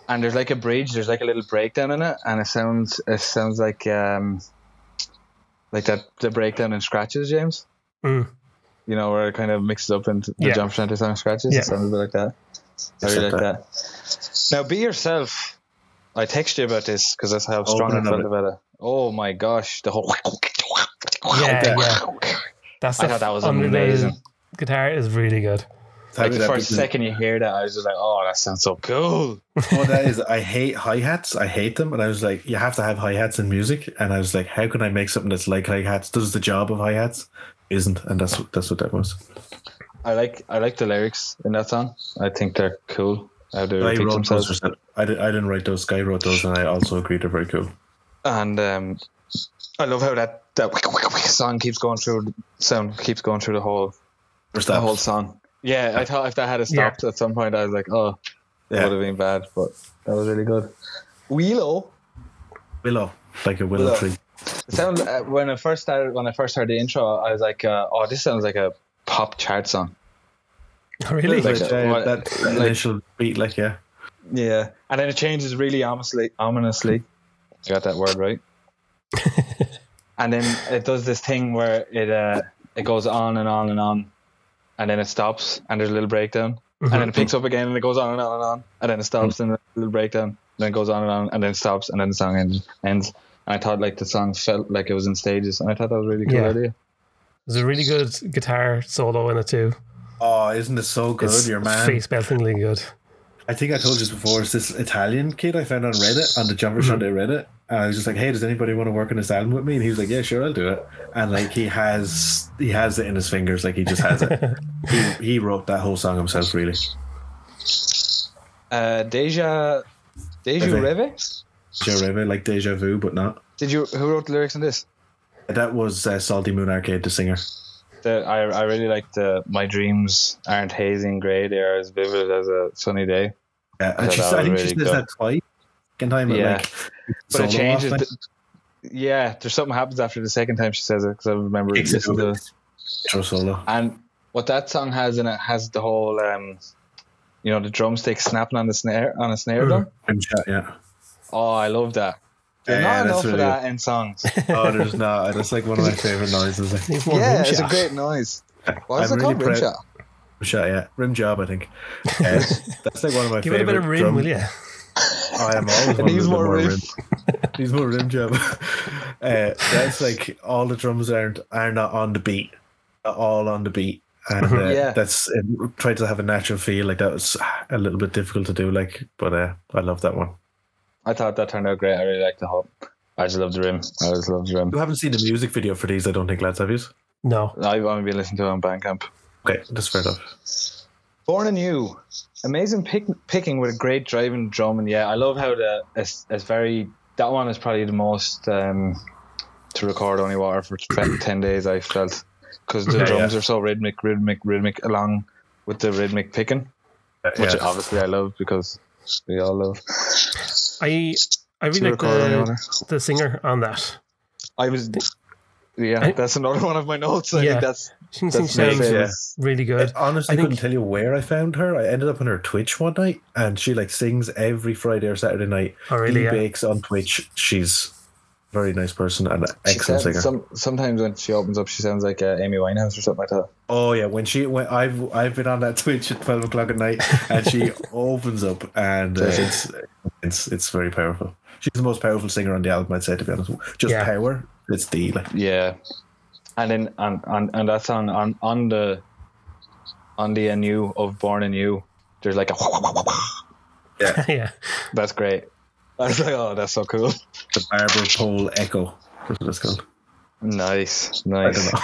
And there's like a bridge. There's like a little breakdown in it, and it sounds it sounds like um like that the breakdown in scratches, James.
Mm.
you know, where it kind of mixes up into the
Yeah.
jump center song scratches.
Yeah.
It sounds a bit like that. I really
Except
like that. Now, be yourself. I text you about this because that's how strong I
none of
felt
it.
about it. Oh my gosh, the whole.
Yeah, That
I
stuff
thought that was
under the
amazing.
Guitar is really good.
Like the
that
first
bit-
second you hear that, I was just like, oh, that sounds so cool.
What Oh, that is, I hate hi hats. I hate them. And I was like, you have to have hi hats in music. And I was like, how can I make something that's like hi hats? Does the job of hi hats? Isn't. And that's what that's what that was.
I like I like the lyrics in that song. I think they're cool. How they
I
repeat
wrote those.
themselves.
myself. I, did, I didn't write those. Guy wrote those, and I also agree they're very cool.
and um, I love how that that wick, wick, wick song keeps going through sound keeps going through the whole
Or
the
staff.
whole song. Yeah, I thought if that had stopped at some point, I was like, oh, that
Yeah.
would have been bad, but that was really good. Willow,
willow, like a willow,
Willow.
tree.
it sound uh, when I first started when I first heard the intro, I was like, uh, oh, this sounds like a pop chart song.
really?
Like
Like,
a-
uh,
what-
that
like-
initial beat, like yeah,
Yeah, and then it changes really ominously. Ominously, I got that word right. and then it does this thing where it uh, it goes on and on and on, and then it stops, and there's a little breakdown, and then it picks up again, and it goes on and on and on, and then it stops, and a little breakdown, and then it goes on and on, and then it stops, and then the song ends. ends. And I thought like the song felt like it was in stages, and I thought that was a really cool
Yeah.
idea.
There's a really good guitar solo in it too.
oh, isn't it so good?
It's
Your man.
face beltingly good.
I think I told you this before. It's this Italian kid I found on Reddit on the Jumper Sunday Reddit, and I was just like, "Hey, does anybody want to work on this album with me?" And he was like, "Yeah, sure, I'll do it." And like he has he has it in his fingers, like he just has it. he, he wrote that whole song himself, really.
Uh, Deja, Deja
Okay.
Reve.
Jareva, like deja vu, but not.
Did you who wrote the lyrics in this?
That was uh, Salty Moon Arcade, the singer.
The, I, I really like the my dreams aren't hazy and grey. They are as vivid as a sunny day.
Yeah,
Yeah,
and she,
that
Uh, I think
was
she
really
says
good.
that twice. Second time,
Yeah.
yeah. like,
But it changes. the- yeah, there's something happens after the second time she says it because I remember
It's
listening to it.
intro solo.
And what that song has in it has the whole, um, you know, the drumstick snapping on the snare on a snare drum.
And chat, yeah.
Oh, I love that. There's
Mm. Yeah,
not
that's
enough of
really
that in songs.
Oh, there's not. That's like one of my favorite noises. Like,
Needs more
yeah,
room
it's a
shot.
great noise. Why is
I'm
it
really
called
proud-
Rimshot?
Shot, uh, yeah. Rim job, I think. Uh, that's like one of my
Give
favorite.
it a bit of rim,
drum-
will you?
I am always
It
wanted
needs
a bit
more rim.
rim. needs more rim job. Uh, that's like all the drums aren't are not on the beat, Not all on the beat, and uh,
Mm-hmm. Yeah.
that's it, tried to have a natural feel. Like that was a little bit difficult to do. Like, but uh, I love that one.
I thought that turned out great. I really liked the whole. I just love the rim. I always love the rim.
You haven't seen the music video for these, I don't think, lads. Have you?
No.
I've only been listening to it on Bandcamp.
Okay, that's fair enough.
Born anew, amazing pick, picking with a great driving drum, and yeah, I love how the it's, it's very that one is probably the most um, to record only water for about ten days. I felt because the
Yeah,
drums
yeah.
are so rhythmic, rhythmic, rhythmic, along with the rhythmic picking,
Uh,
which
yeah.
obviously I love because we all love
I I
to
really like uh,
record only water.
the, the singer on that.
I was, yeah,
I-
that's another one of my notes. I
Yeah.
think that's
She
that's
sings
my
amazing.
favorite.
really good.
I honestly
I think-
couldn't tell you where I found her. I ended up on her Twitch one night, and she like sings every Friday or Saturday night.
Oh, really?
Lee
Yeah.
Bakes on Twitch. She's a very nice person and an
She
excellent
sounds-
singer.
Some, sometimes when she opens up, she sounds like uh, Amy Winehouse or something like that.
oh yeah, when she when I've I've been on that Twitch at twelve o'clock at night, and she opens up, and uh, it's it's it's very powerful. She's the most powerful singer on the album, I'd say. To be honest, just
Yeah.
power. It's the like
Yeah, and then and and, and that's on on on the on the new of Born and You. There's like a
yeah.
that's great. I was like, oh, that's so cool.
the barber pole echo. That's what it's called.
Nice,
I don't
nice.
know.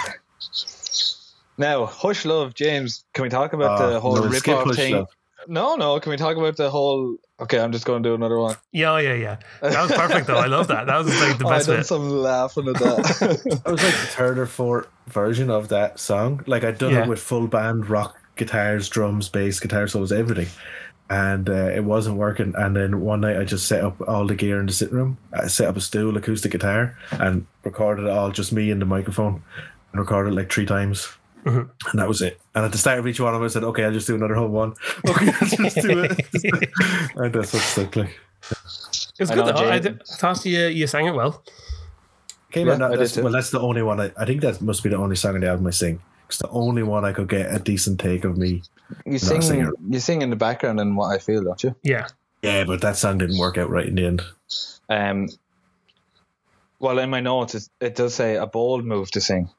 Now, hush, love, James. Can we talk about
Uh,
the whole
no,
rip
skip
off
Hush
thing?
Love.
No, no. Can we talk about the whole? Okay, I'm just going to do another one.
Yeah, yeah, yeah. That was perfect though. I love that. That was like the
Oh, I
best
done
bit.
some laughing at that.
It was like the third or fourth version of that song. Like I'd done
Yeah.
it with full band rock guitars, drums, bass, guitar solos, everything, and uh, it wasn't working. And then one night I just set up all the gear in the sitting room. I set up a stool, acoustic guitar, and recorded it all just me and the microphone, and recorded it like three times.
Mhm.
And that was it. And at the start of each one, of them, I said, "Okay, I'll just do another whole one." Okay, I'll just do it. and that's what stuck. Like
It was
I
good
know,
though. I,
Jane-
d- I thought you you sang it well.
came
Yeah,
out.
I
That,
did
that's,
too.
well, that's the only one. I, I think that must be the only song on the album I sing. It's the only one I could get a decent take of me.
You sing,
singer.
you sing in the background and what I feel, don't you?
Yeah.
Yeah, but that song didn't work out right in the end.
Um, well, in my notes, it, it does say a bold move to sing.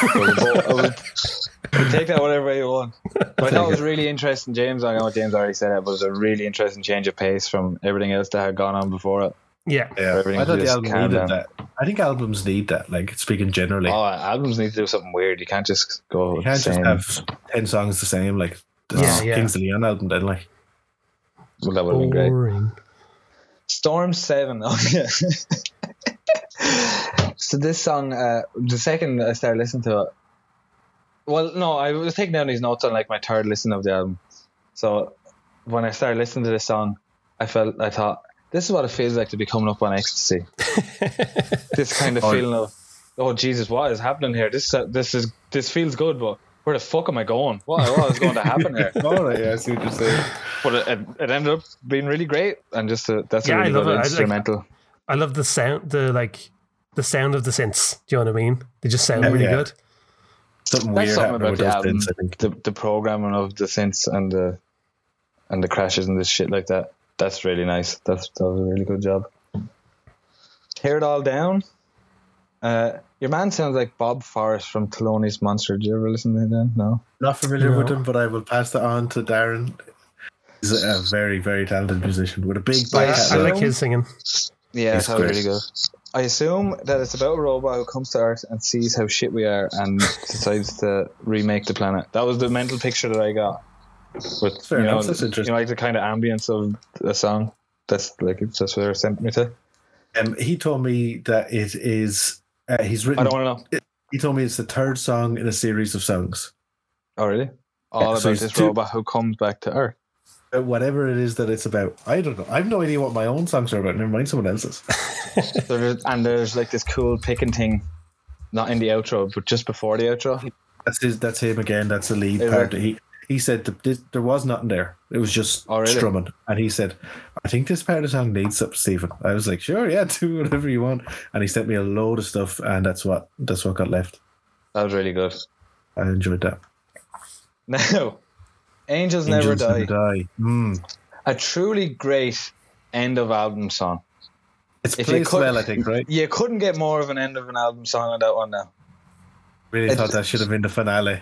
So the bold- I would- take that whatever way you want. But I thought it was really interesting, James. I know James already said it, but it was a really interesting change of pace from everything else that had gone on before it.
Yeah.
Yeah,
Everything
I thought the
just
album
calmed
needed
down.
that. I think albums need that. Like speaking generally,
Oh, albums need to do something weird. You can't just go.
you can't
same.
just have ten songs the same. Like the
Yeah, yeah.
Kings of Leon album, then like
Well, that would have been great.
Boring.
Storm Seven. Oh yeah. so this song, uh, the second I started listening to it, well, no, I was taking down these notes on like my third listen of the album. So when I started listening to this song, I felt I thought this is what it feels like to be coming up on ecstasy. this kind of
Oh.
feeling of oh Jesus, what is happening here? This uh, this is this feels good, but where the fuck am I going? What, what is going to happen here?
all right, yeah, I see what you're saying.
But it, it, it ended up being really great, and just uh that's
Yeah,
a
I
really
love
good
it. I like-
instrumental.
I love the sound, the like, the sound of the synths. Do you know what I mean? They just sound
Yeah,
really
yeah.
good.
Something
That's
weird
something
happened
about
with
the
those
album,
bins, I think.
the, the programming of the synths and the and the crashes and the shit like that. That's really nice. That's that was a really good job. Tear it all down. Uh, your man sounds like Bob Forrest from Thelonious Monster. Did you ever listen to them? No.
Not familiar with
No.
him, but I will pass that on to Darren. He's a very, very talented musician with a big
I,
bass.
I
so-
like his singing.
Yeah,
It's
that was
great.
really good. I assume that it's about a robot who comes to Earth and sees how shit we are and decides to remake the planet. That was the mental picture that I got. With,
Fair
you
enough,
know,
that's interesting.
You know, like the kind of ambience of a song. That's like it's that's what they're sending me to.
Um, he told me that it is. Uh, he's
I
written.
don't want to know.
He told me it's the third song in a series of songs.
Oh really? All
Yeah,
about
so it's
this
two-
robot who comes back to Earth.
Uh, Whatever it is that it's about, I don't know. I have no idea what my own songs are about. Never mind someone else's.
So there's, and there's like this cool picking thing, not in the outro, but just before the outro.
That's his. That's him again. That's the lead
Is
part.
it?
He he said that this, there was nothing there. It was just
Oh, really?
strumming. And he said, "I think this part of the song needs something, Stephen." I was like, "Sure, yeah, do whatever you want." And he sent me a load of stuff, and that's what that's what got left.
That was really good.
I enjoyed that.
Now, angels, never
Angels
die.
die. Mm.
A truly great end of album song.
It's
If you
placed
could-
well, I think. Right?
You couldn't get more of an end of an album song on that one now.
Really
It-
thought that should have been the finale.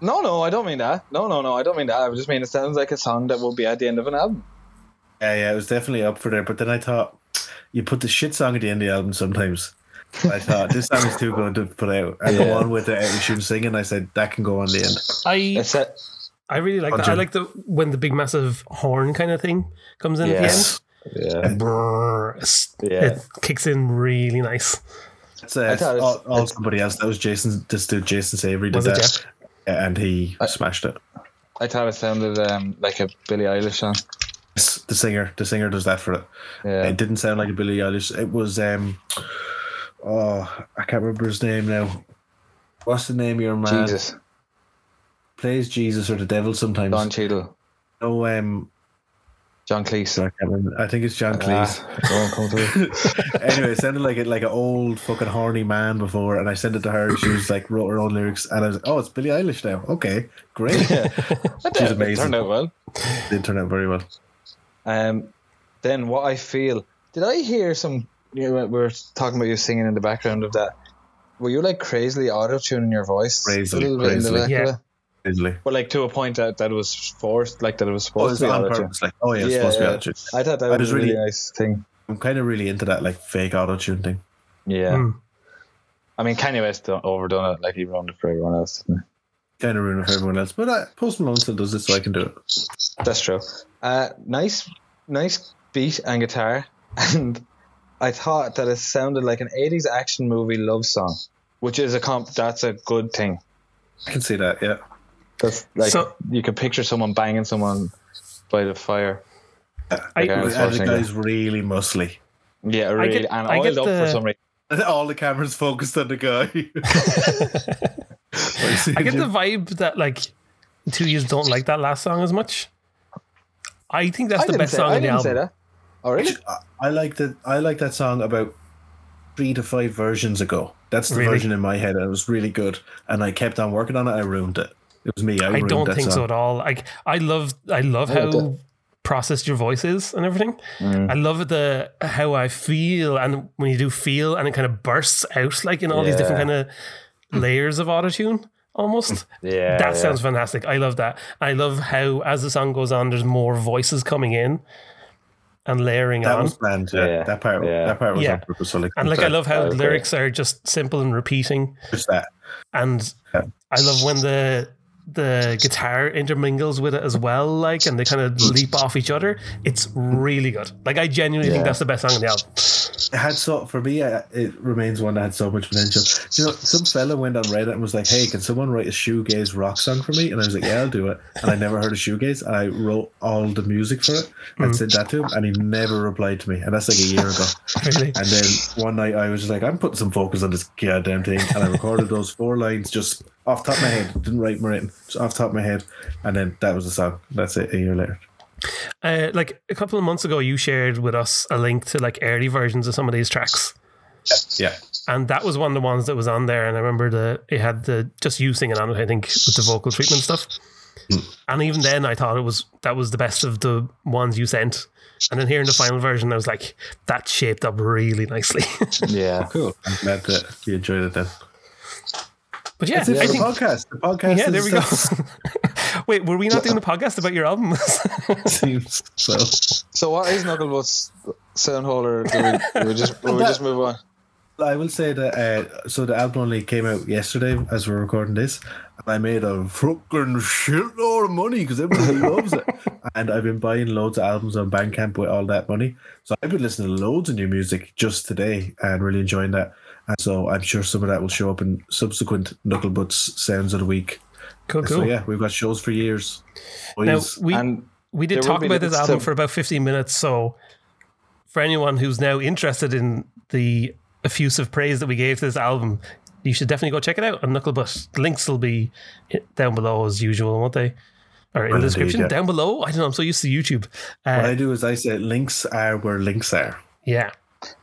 No, no, I don't mean that. No, no, no, I don't mean that. I just mean it sounds like a song that would be at the end of an album.
Yeah, yeah, it was definitely up for there. But then I thought you put the shit song at the end of the album sometimes. I thought this song is too good to put out. I go
Yeah.
on with the Irish singing. I said that can go on the end.
I
It's a,
I really like that. I
Roger.
like the when the big massive horn kind of thing comes in
Yes.
at the
yeah.
end. Brrr, it's-
Yeah.
It kicks in really nice.
It's, uh,
I thought it's-
all, all somebody else. That was Jason. This dude, Jason Savory, did
Was it,
that, Yeah, and he smashed it.
I thought it sounded um, like a Billie Eilish song.
Yes, The singer, the singer does that for it.
Yeah.
It didn't sound like a Billy Eilish. It was um, oh, I can't remember his name now. What's the name of your man?
Jesus.
Plays Jesus or the devil sometimes.
Don Cheadle.
No, um,
John
I
Cleese.
can't remember. I think it's John Cleese.
Ah, don't come to me.
anyway, it sounded like it like an old fucking horny man before, and I sent it to her. and She was like wrote her own lyrics, and I was like, "Oh, it's Billie Eilish now. Okay, great." She's
It
amazing.
turned out well.
It did turn out very well.
Um, then what I feel. Did I hear some? You know, we we're talking about you singing in the background of that. Were you like crazily auto tuning your voice?
Crazily,
a little bit in the
crazily.
back of
Yeah.
it?
Easily.
But like to a point that that was forced, like that it was
Oh,
supposed
it's
to be
on
auto
purpose. Like, oh yeah, it's
Yeah,
supposed to be
yeah.
auto-tune.
I thought that
I
was
was
a really,
really-
nice thing.
I'm kind of really into that like fake auto tune thing.
Yeah.
Mm.
I mean, Kanye West done- overdone it, like he ruined it for everyone else. Didn't
Kind of ruin it for everyone else, but uh, Post Malone still does it, so I can do it.
he? That's true. Uh, nice, nice beat and guitar, and I thought that it sounded like an '80s action movie love song, which is a comp. That's a good thing.
I can see that. Yeah,
That's like
So-
you can picture someone banging someone by the fire.
I-
Like, I was
and the
watching it.
guy's really muscly.
Yeah, really,
get-
and
I
oiled
get
up
the-
for some reason.
And all the cameras focused on the guy.
I get the vibe that like two years don't like that last song as much. I think that's
I
the uh,
didn't
best
say,
song
I
in the
didn't say
album.
that. Oh really?
I like that. I like that song about three to five versions ago. That's the
Really?
version in my head, and it was really good. And I kept on working on it. I ruined it. It was me.
I
I, ruined
don't
that
think
song.
so at all. Like I love I love
Yeah, Mm.
how
the-
processed your voice is and everything. I love the how I feel and when you do feel and it kind of bursts out like in all these different kind of layers of autotune almost.
Yeah,
that
yeah.
sounds fantastic. I love that. I love how as the song goes on there's more voices coming in and layering
That
on.
was planned. Yeah,
Yeah,
that part.
yeah.
That part was
Yeah.
on purpose. So like,
and like I love how
I
the
agree.
lyrics are just simple and repeating
just that.
and
Yeah.
I love when the the guitar intermingles with it as well, like, and they kind of leap off each other. It's really good. Like, I genuinely think
Yeah.
that's the best song on the album.
It had so for me, I, it remains one that had so much potential. You know, some fella went on Reddit and was like, "Hey, can someone write a shoegaze rock song for me?" And I was like, "Yeah, I'll do it." And I never heard of shoegaze. And I wrote all the music for it
Hmm.
and sent that to him, and he never replied to me. And that's like a year ago.
Really,
And then one night I was just like, "I'm putting some focus on this goddamn thing," and I recorded those four lines just off the top of my head. Didn't write my written, just off the top of my head. And then that was the song. That's it. A year later.
uh, like a couple of months ago, you shared with us a link to like early versions of some of these tracks,
Yeah.
and that was one of the ones that was on there. And I remember the it had the just you singing on it, I think, with the vocal treatment stuff. And even then, I thought it was that was the best of the ones you sent. And then hearing the final version, I was like, that shaped up really nicely.
Yeah.
Cool. I'm glad that you enjoyed it then.
But yeah,
That's it
I
for the
think,
podcast. The podcast.
yeah,
is
there we go. Wait, were we not doing the podcast about your albums?
Seems so.
So what is Knucklebutts sound hole, or do we, do we just do we just move on?
I will say that. Uh, so the album only came out yesterday as we're recording this, and I made a fucking shitload of money because everybody loves it. And I've been buying loads of albums on Bandcamp with all that money. So I've been listening to loads of new music just today and really enjoying that. And so I'm sure some of that will show up in subsequent Knucklebutts Sounds of the Week.
cool, cool.
So yeah, we've got shows for years.
now
Boys.
we
And
we did
there will
talk
be
about this
links to-
album for about fifteen minutes, so for anyone who's now interested in the effusive praise that we gave to this album, you should definitely go check it out on Knucklebutt. Links will be i- down below as usual, won't they? Or in the
Indeed,
description
yeah.
down below. I don't know. I'm so used to YouTube.
what I
Uh,
do is I say links are where links are.
yeah,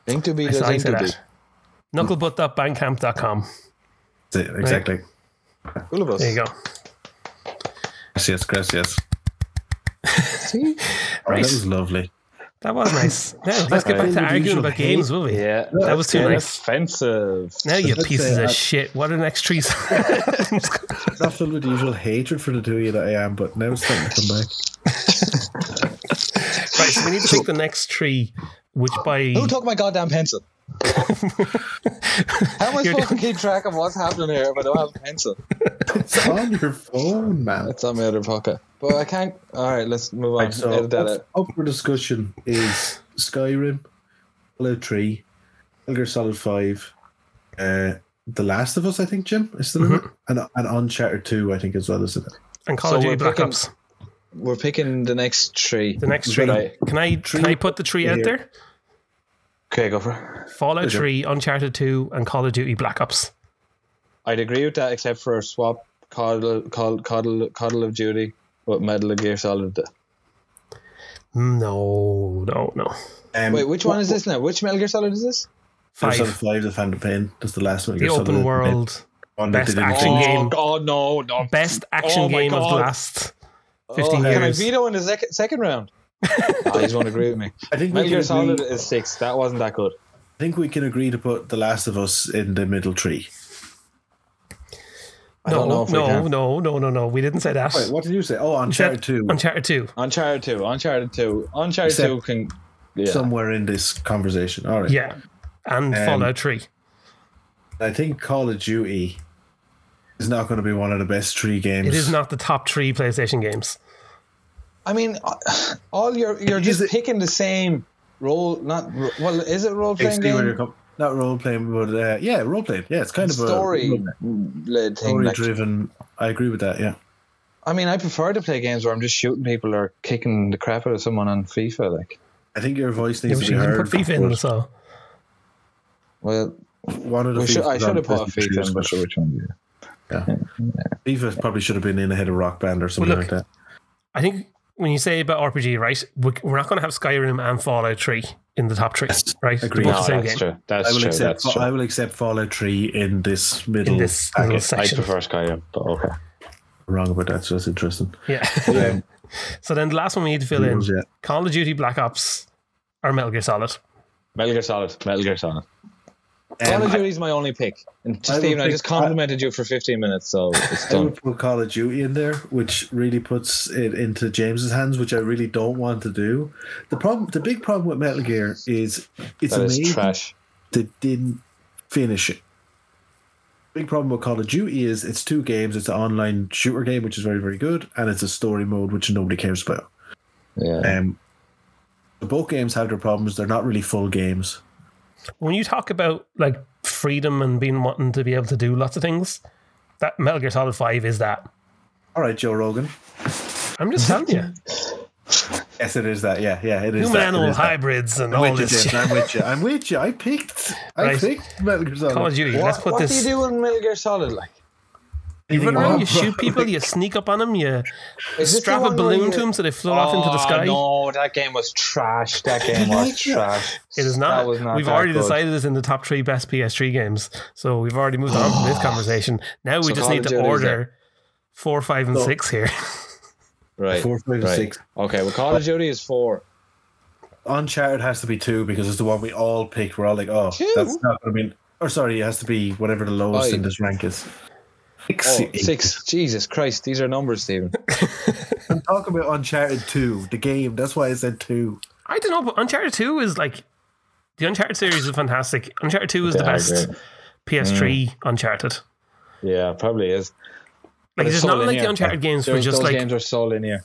link to
I
be does
saw you
link
say
to be.
that. Knucklebutt.bandcamp.com.
That's it, exactly.
Cool of us.
There you go.
Gracias, gracias.
See?
Oh,
Right.
that was lovely.
That was nice. Now let's get back
That's
to arguing
unusual
about
hate.
games, will we?
Yeah,
That was too nice.
offensive.
Now you
Let's
pieces
say
of
that-
shit. What an next trees.
It's not filled with the usual hatred for the two of you that I am, but now it's starting to come back.
right, so we need to pick the next tree, which by
Who took my goddamn pencil? How am I
You're
supposed to keep track of what's happening here if I don't have a pencil?
It's on your phone, man.
It's on my other pocket. But I can't. All right, let's move on.
So
Edit that out.
up, up for discussion is Skyrim, Fallout 3, Elder Solid 5, uh, The Last of Us, I think, Jim, is
Mm-hmm.
still in it? And, and Uncharted 2, I think, as well, isn't it?
and Call
So
of Duty
we're
Black
picking-
Ops.
We're picking the next tree.
The next tree.
Right.
Can I can I put the tree out
here.
there?
Okay, go for it.
Fallout Three, Uncharted Two, and Call of Duty Black Ops.
I'd agree with that, except for swap Coddle, Coddle, Coddle, Coddle of Duty with Metal Gear Solid.
No, no, no.
Um,
Wait, which one is this now? Which Metal Gear Solid is this?
Elder Solid
Five.
5, The Phantom Pain. That's the last one.
The
Elder Solid
open
Pain.
world,
One that
best
they didn't
action
finish.
game.
Oh, God, no, no.
best action
Oh my
game of the
God. Oh,
last fifteen
Can I
years.
veto in the second second round? oh, he's won't agree with me.
I think we can
Metal Gear
agree-
Solid is six. That wasn't that good.
I think we can agree to put The Last of Us in the middle tree.
I
No,
don't know if we
no,
can.
no, no, no, no. We didn't say that.
Wait, what did you say? Oh, Uncharted 2.
Uncharted Two.
Uncharted two, Uncharted two, Uncharted
Except-
two can. Yeah.
somewhere in this conversation. All right.
Yeah, and
Um,
Fallout Three.
I think Call of Duty is not going to be one of the best three games.
It is not the top three PlayStation games.
I mean, all you're you're
Is
just
it-
picking the same role. Not ro- well, is it role
Hey,
playing
see where you're
game?
com- not role playing, but uh, yeah, role playing. Yeah, it's kind of a
Story led thing.
story
Like,
driven. I agree with that. Yeah.
I mean, I prefer to play games where I'm just shooting people or kicking the crap out of someone on FIFA. Like,
I think your voice
Yeah,
needs
but
to
you
be
didn't put
heard.
FIFA in,
but
so
well,
one of the
we should, I
FIFAs
should
on
have put a
PlayStation
FIFA. I'm not
Plus.
sure which one. Yeah.
FIFA probably should have been in ahead of Rock Band or something
Well,
like
look,
that.
I think when you say about RPG, right, we- we're not going to have Skyrim and Fallout Three in the top three, right? They're
agreed.
both
No,
the same
that's
game
true.
I
That's
will
true.
accept.
That's true.
I
I,
will accept Fallout Three in this middle.
in this
packet.
little section.
prefer Skyrim, but okay.
Wrong about that. So that's interesting.
Yeah.
Yeah.
so then the last one we need to fill in:
Yeah.
Call of Duty Black Ops or Metal Gear Solid.
Metal Gear Solid. Metal Gear Solid. Call of
Um,
Duty is my only pick. And
I would
Stephen, I
pick-
just complimented you for 15 minutes, so it's
I
done.
would put Call of Duty in there, which really puts it into James's hands, which I really don't want to do. The problem, the big problem with Metal Gear is it's
That is
amazing
trash.
they didn't finish it. Big problem with Call of Duty is it's two games. It's an online shooter game, which is very very good, and it's a story mode, which nobody cares about.
Yeah.
Um, both games have their problems. They're not really full games.
When you talk about like freedom and being wanting to be able to do lots of things, that Metal Gear Solid Five is that.
All right, Joe Rogan.
I'm just telling you,
Yes, it is that. Yeah, yeah, it is.
human
that. It
animal
is that.
hybrids and
I'm
all
with you,
this.
James.
Shit.
I'm with you. I'm with you. I picked. I
Oh, Right.
picked Metal Gear Solid.
Call of Duty. Let's
What,
put
what
this.
do you do in Metal Gear Solid? Like,
You run around, you
Anything
shoot people, you sneak up on them, you
Is it
strap
the
a
one where
balloon
you-
to them so they float off into the
Oh,
sky.
No, that game was trash. That game was trash.
It is not.
That was not
we've
that
already
good.
decided this in the top three best PS3 games, so we've already moved on from this conversation. Now we
So
just
Call
need
of
to
Duty is
order four, five, and six here.
Right.
Four, five, and
right.
six.
Okay, well, Call of Duty is four.
Uncharted has to be two because it's the one we all picked. We're all like, oh,
Two?
that's not what I mean. Or sorry, it has to be whatever the lowest
Five.
in this rank is.
Oh,
Six.
six. Jesus Christ, these are numbers, Stephen.
I'm talking about Uncharted two, the game. That's why I said two.
I don't know, but Uncharted 2 is like the Uncharted series is fantastic. Uncharted 2 is the
Yeah, I
best
agree. Mm.
PS3 Uncharted.
Yeah, probably is.
Like,
it's
it's
so
not like
linear.
the Uncharted games were
Those,
just
those
like,
games are so linear.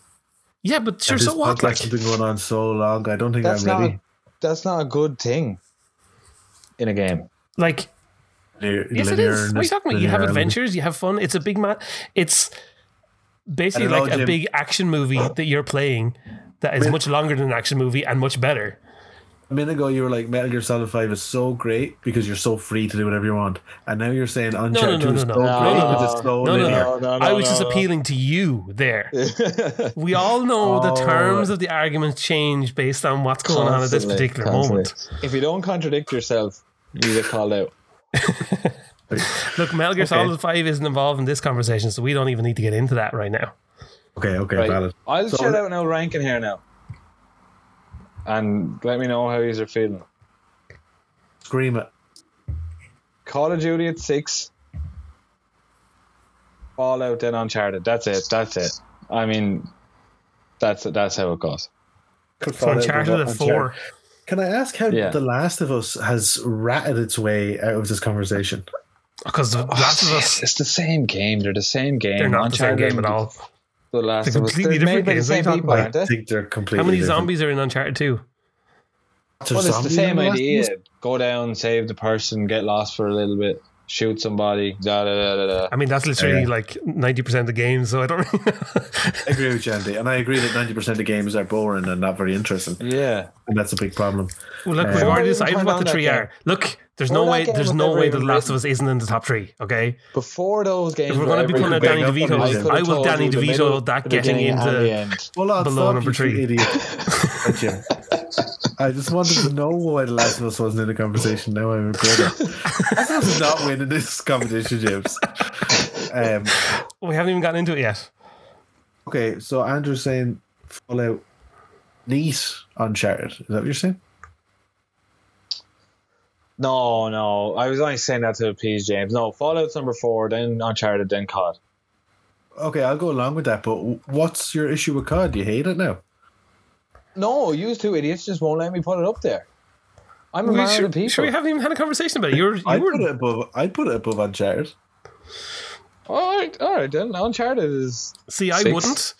yeah, but sure,
This
so what?
podcast
Like,
has been going on so long. I don't think
That's
I'm
not.
ready.
That's not a good thing. In a game.
like
Linear-
yes, it is. What are you
linearness-
talking about? You have
linearity.
adventures, you have fun. It's a big man. It's basically
I don't
like
know,
a
Jim. Uh,
big action movie that you're playing that is much longer than an action movie and much better.
A minute ago, you were like Metal Gear Solid Five is so great because you're so free to do whatever you want, and now you're saying Uncharted
no,
Two is
no,
so
no.
great
No,
because it's
No,
so
no,
Oh, linear.
no.
No, no, no,
I was just
no, no.
appealing to you there. we all know the
Oh.
terms of the argument change based on what's going on at this
Constantly,
particular
constantly.
moment.
If you don't contradict yourself, you get called out.
Look, Metal Gear Solid 5 isn't involved in this conversation, so we don't even need to get into that right now.
Okay, okay,
Right.
valid.
I'll
So-
shout out now ranking here now. And let me know how you are feeling.
Scream it.
Call of Duty at six. Fallout then Uncharted. That's it. That's it. I mean, that's that's how it goes. Oh,
So Uncharted at 4.
Can I ask how
Yeah.
The Last of Us has ratted its way out of this conversation?
Because The Last of Us,
Oh, It's the same game. They're the same game.
they're not the same game at all.
The Last
They're
of Us.
completely
They're made
different games. What
by the
are you
same
talking
people,
about?
aren't they?
I think they're completely.
How many
different.
zombies are in Uncharted 2?
There's
Well, it's the
zombies in
same
The Last of
idea.
Us?
Go down, save the person, get lost for a little bit, shoot somebody. Da da da da. da.
I mean, that's literally like 90% of the game, so I don't really
I agree with you, Andy, and I agree that ninety percent of games are boring and not very interesting,
Yeah.
and that's a big problem.
Well, look,
Yeah.
we've
Why
already
even
decided
turn
what
on
the
that
three
game?
are. Look, there's no
Well, that
way,
game
there's
was
no
never
way The
even
Last of Us isn't in the top three, okay?
Before those games,
If we're going to be putting out
big
Danny
up on
DeVito,
it,
I will Danny DeVito that getting into.
end.
Well, I'll
Below
stop
number
you,
three.
you idiot. Thank you. I just wanted to know why The Last of Us wasn't in the conversation. Now I'm regretting. Last of Us is not winning this competition, James. Um,
We haven't even gotten into it yet.
Okay, so Andrew's saying Fallout Nice Uncharted. Is that what you're saying?
No, no. I was only saying that to appease James. No, Fallout's number four, then Uncharted, then COD.
Okay, I'll go along with that, but what's your issue with COD? Do you hate it now?
No, you two idiots just won't let me put it up there. I'm a
We
man
sure,
of the people.
sure we haven't even had a conversation about it. You're, you
I'd
were
put it above I'd put it above Uncharted.
all right, all right. Then Uncharted is
See, I would
Six.
wouldn't,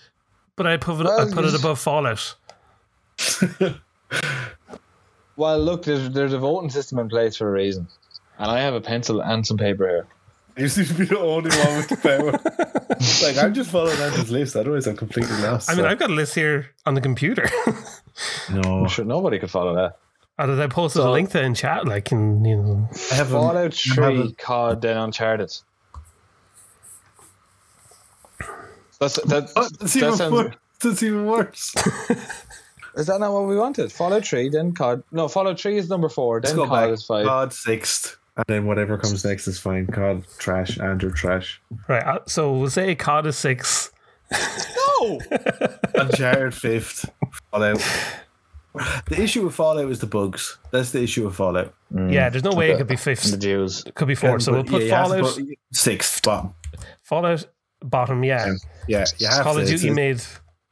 but I put it,
Well,
I put it
you-
above Fallout.
well. Look, there's there's a voting system in place for a reason, and I have a pencil and some paper here.
You seem to be the only one with the power. like I'm just following Andrew's list, otherwise I'm completely lost.
I mean, I've got a list here on the computer.
no.
I'm sure nobody could follow that.
I did I posted a
So-
link to it in chat, like, and you know,
I have
Fallout
I have
Three, COD, then Uncharted. That's that.
Oh, that's
that
even
sounds-
worse. That's even worse.
Is that not what we wanted? Fallout 3, then COD. No, Fallout 3 is number 4,
Let's
then
go
COD
back.
is 5.
COD sixth, and then whatever comes next is fine. COD trash, Andrew trash,
Right. uh, So we'll say COD is six.
No!
Uncharted fifth, Fallout. The issue with Fallout is the bugs. That's the issue with Fallout.
Yeah, there's no way it could be
The
fifth.
Jews.
Could be fourth. So we'll
But
put
yeah, you have to
Fallout,
put sixth spot.
Fallout bottom. Yeah.
Yeah, you have
Call
to.
of
It's
Duty
a-
made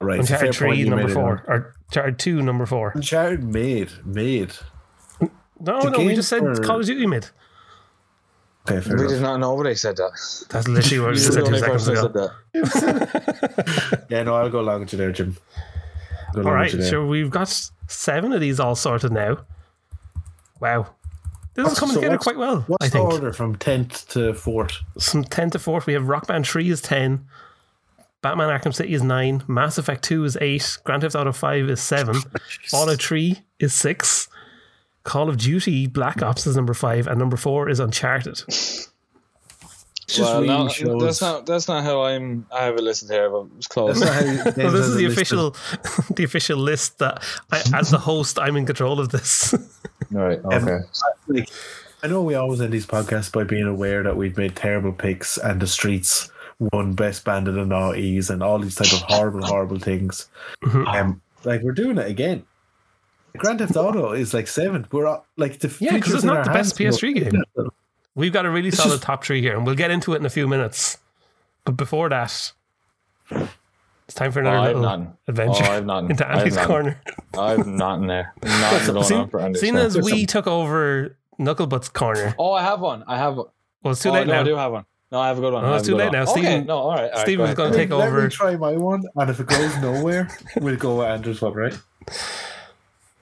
right, it's a
Uncharted
fair point
three
you
number
made it on.
four or Uncharted two number four.
Uncharted made made.
No,
The
no, we
game
just said
for-
Call of Duty mid.
Okay, fair
We
enough.
did not know nobody said that.
That's literally what I
You're
just
the
said two
only
seconds
person who
ago.
said that.
Yeah, no, I'll go along with you there, Jim. Go along
All right,
with you there.
so we've got seven of these all sorted now. Wow, this is
What's-
coming
so
together
what's-
quite well.
What's
I
the
think
order from tenth to fourth?
some ten to fourth. We have Rock Band three is ten, Batman Arkham City is nine, Mass Effect two is eight, Grand Theft Auto five is seven, Fallout three is six, Call of Duty Black Ops is number five, and number four is Uncharted.
It's just
Well,
really
no,
shows.
that's not that's not how I'm. I have a listen here, but it's close.
That's not how you-
Well, this
James
is the
hasn't listed.
official, the official list that, I, as the host, I'm in control of this.
All right, okay.
Like, I know we always end these podcasts by being aware that we've made terrible picks and the streets won best band in the noughties and all these type of horrible, horrible things.
Mm-hmm.
Um, like we're doing it again. Grand Theft Auto is like seventh. We're all, like the
Yeah, because
future's
it's
in
not
our
the best
hands,
PS3 game. We've got a really solid top three here, and we'll get into it in a few minutes. But before that, it's time for
Oh,
another
I've
little
none. Oh,
adventure
I've none.
into
I've
Andy's
none.
corner.
I've not in there. Not going
Seeing,
on for Andy's
seeing
corner.
as we took over Knucklebutt's corner,
Oh, I have one. I have. One.
well, it's too
oh,
late
no, I do
now.
have one. No, I have a good one.
No,
I have
it's
a
too late
good one.
now. Stephen-
okay, no, all right. all right,
Steve
go
was
ahead.
going to take
Let me
over.
try my one, and if it goes nowhere, we'll go with Andrew's one, right?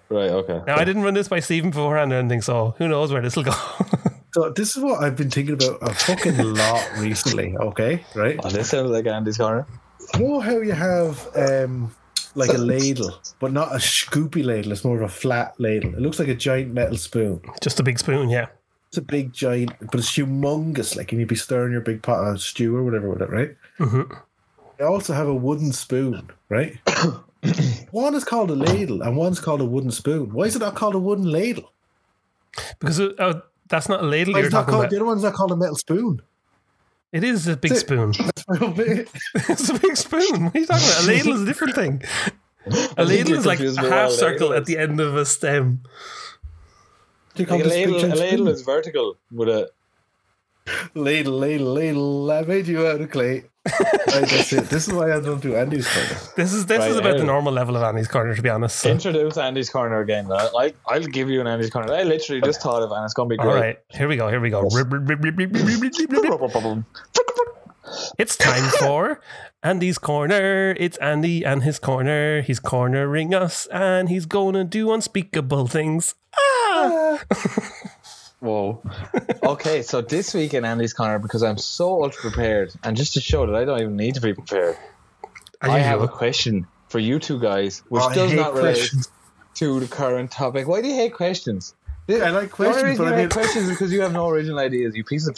Right. Okay.
Now, I didn't run this by Stephen beforehand or anything, so who knows where this will go.
So this is what I've been thinking about a fucking lot recently. Okay, right?
Oh, this sounds like Andy's corner.
You know how you have um, like a ladle, but not a scoopy ladle. It's more of a flat ladle. It looks like a giant metal spoon.
Just a big spoon, yeah.
It's a big giant, but it's humongous. Like, and you'd be stirring your big pot of stew or whatever with it, right?
Mm-hmm.
They also have a wooden spoon, right? one is called a ladle, and one's called a wooden spoon. Why is it not called a wooden ladle?
Because uh, oh, that's not a ladle
Why
you're
is it not
talking
called,
about.
the other one's not called a metal spoon.
It is a big
it.
spoon. It's a big spoon. What are you talking about? A ladle is a different thing. A ladle
you're
is like a
confused with
half
what a
circle
ladle
at the end of a stem.
Do you call
Like a
this big
ladle, a
giant
ladle
spoon?
is vertical with a.
Ladle, ladle, ladle. I made you out of clay. right, that's it. This is why I don't do Andy's corner.
This is this
Right,
is about the
anyway.
normal level of Annie's corner, to be honest. So,
Introduce Andy's corner again. lad. Like I'll give you an Andy's corner. I literally just thought of, it and it's going to be
all
great.
right, here we go. Here we go. Rib, rib, rib, rib, rib, rib, rib, rib, rib, rib. It's time for Andy's corner. It's Andy and his corner. He's cornering us, and he's gonna do unspeakable things. Ah!
Whoa. okay, so this week in Andy's corner, because I'm so ultra prepared, and just to show that I don't even need to be prepared,
As
I have a
usual.
question for you two guys, which
Oh, I
does
hate
not relate
questions.
to the current topic. Why do you hate questions?
I like
The only
questions,
reason
but
you
I mean,
hate questions is because you have no original ideas. You piece of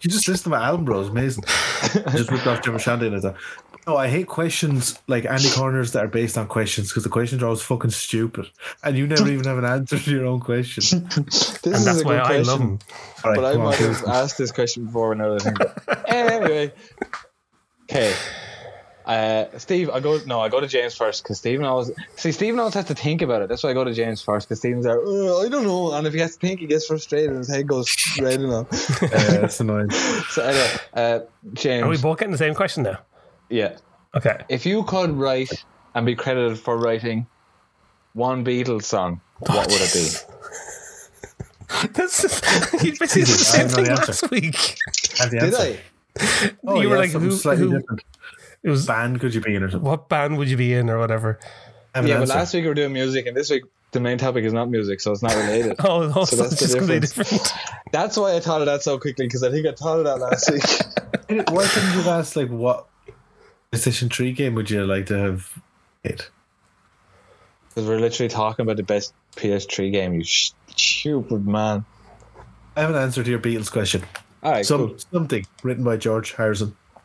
you just listen to my album, bro. It's amazing. just ripped off Jim Shandy and that. No, I hate questions like Andy corners that are based on questions because the questions are always fucking stupid, and you never even have an answer to your own question.
this
And
is
that's
a
why
good
I
question,
love him.
All right,
but I
come on,
might
give
have
us-
asked this question before and now that I think. about it. anyway, okay. Uh, Steve, I go no, I go to James first because Stephen always see Stephen always has to think about it. That's why I go to James first because Stephen's like, "Uh, I don't know, and if he has to think, he gets frustrated and his head goes red enough.
Yeah, Uh, that's annoying.
So anyway, uh,
Are we
James,
both getting the same question now?
yeah,
Okay.
if you could write and be credited for writing one Beatles song, what would it be?
This is you basically did the
I
same
have no
thing
answer.
last week.
Have the
Did
answer.
I?
Oh,
you were
yeah,
like,
something
who,
slightly
who
different.
it was
band could you be in or something?
what band would you be in or whatever?
I have an
Yeah, but
answer.
last week we were doing music, and this week the main topic is not music, so it's not related.
Oh, no, so
So that's
it's
the
just completely
difference.
different.
That's why I thought of that so quickly because I think I thought of that last week.
Why couldn't you have asked like what PlayStation Three game would you like to have hit?
Because we're literally talking about the best PS3 game, you sh- stupid man.
I have an answer to your Beatles question.
All right,
Some
cool.
something written by George Harrison.
Oh.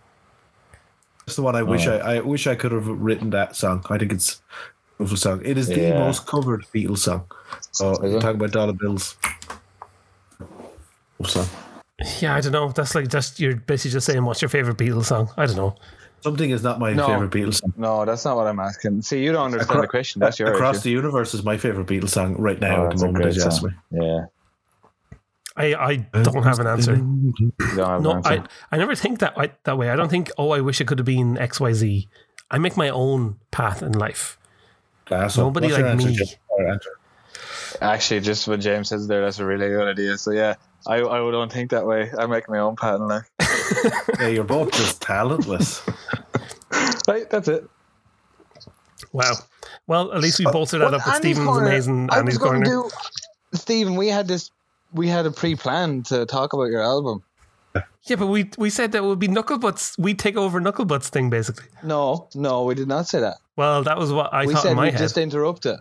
That's the one I wish I, I wish I could have written that song. I think it's beautiful song. It is the
Yeah.
most covered Beatles song. So
Is
you
it?
talk about dollar bills. Beautiful song.
Yeah, I don't know. That's like just you're basically just saying what's your favorite Beatles song. I don't know.
Something is not my
No.
favorite Beatles song.
No, that's not what I'm asking. See, you don't understand the question. That's your
Across
issue.
the universe is my favorite Beatles song right now
Oh,
at
that's
the
a
moment.
great
As you ask me,
song. Yeah.
I I don't have an answer.
You don't have an
No,
answer.
I I never think that I, that way. I don't think. Oh, I wish it could have been X Y Z. I make my own path in life.
Class up.
Nobody
What's your
like
answer,
me.
Jim? Or answer?
Actually, just what James says there, that's a really good idea. So, yeah, I, I don't think that way. I make my own pattern. Like,
Yeah, you're both just talentless.
right, that's it.
Wow. Well, at least we bolstered that up with Stephen's amazing
I
Andy's
was going
corner.
to do. Stephen, we had this. We had a pre-plan to talk about your album.
yeah, but we we said that it would be Knucklebutts. We take over Knucklebutts thing basically.
No, no, we did not say that.
Well, that was what I
we
thought
said
in my
we
head.
just interrupt it.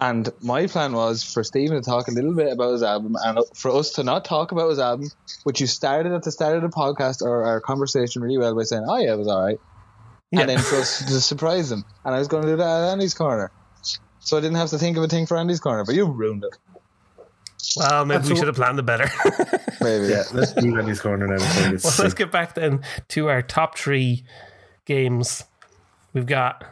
And my plan was for Stephen to talk a little bit about his album, and for us to not talk about his album, which you started at the start of the podcast or our conversation really well by saying, "Oh yeah, it was all right,"
Yeah.
and then for us to surprise him. And I was going to do that at Andy's corner, so I didn't have to think of a thing for Andy's corner. But you ruined it.
well, maybe we
That's
should have planned it better.
Maybe.
Yeah, let's do Lenny's corner now. before it gets
well,
sick.
let's get back then to our top three games. We've got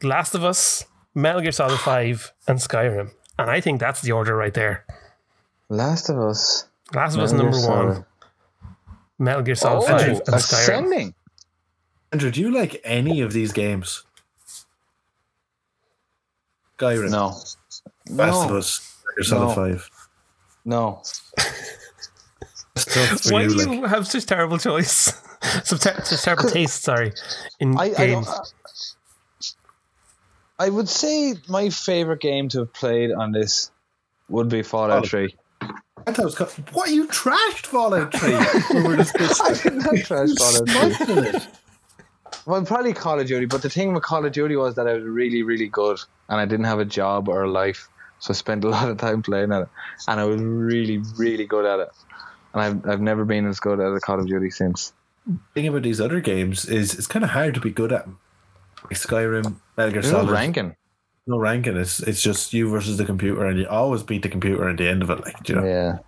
The Last of Us, Metal Gear Solid Five, and Skyrim. And I think that's the order right there.
Last of Us.
Last of Us
Metal Gear
number one,
Solid.
Metal Gear Solid
Oh,
Five, and Skyrim.
ascending.
Andrew, do you like any of these games? Skyrim,
No.
Last of
no.
Us, Persona
No.
Five.
No.
It's tough for
Why
you,
do
like,
you have such terrible choice? such, ter- such terrible taste, sorry, in
I, I, don't, uh,
games.
I would say my favorite game to have played on this would be Fallout
Oh.
3.
I thought it was co- what you trashed Fallout Three. when we were discussing
I did not trash Fallout 3.
it.
Well, probably Call of Duty, but the thing with Call of Duty was that I was really, really good and I didn't have a job or a life, so I spent a lot of time playing at it. And I was really, really good at it. And I've, I've never been as good at a Call of Duty since.
Thing about these other games is it's kind of hard to be good at. 'em. Like Skyrim, Metal Gear
There's no
Solid,
ranking.
no ranking. It's it's just you versus the computer, and you always beat the computer at the end of it. Like do you know,
Yeah.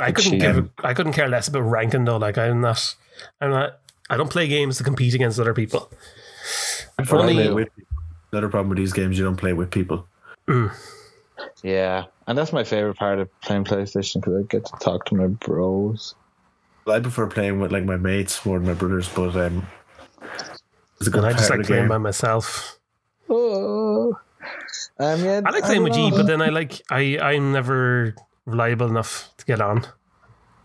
I couldn't
Cheating.
give. a- I couldn't care less about ranking though. Like I'm not. I'm not. I don't play games to compete against other people.
You don't
Only-
play with people. Another problem with these games, you don't play with people.
Yeah. And that's my favorite part of playing PlayStation because I get to talk to my bros.
I prefer playing with like my mates more than my brothers, but um, it's a good
And I just like
part of the
playing
game.
by myself.
Oh. Um, yeah,
I like playing with G,
don't know.
but then I like. I I'm never reliable enough to get on.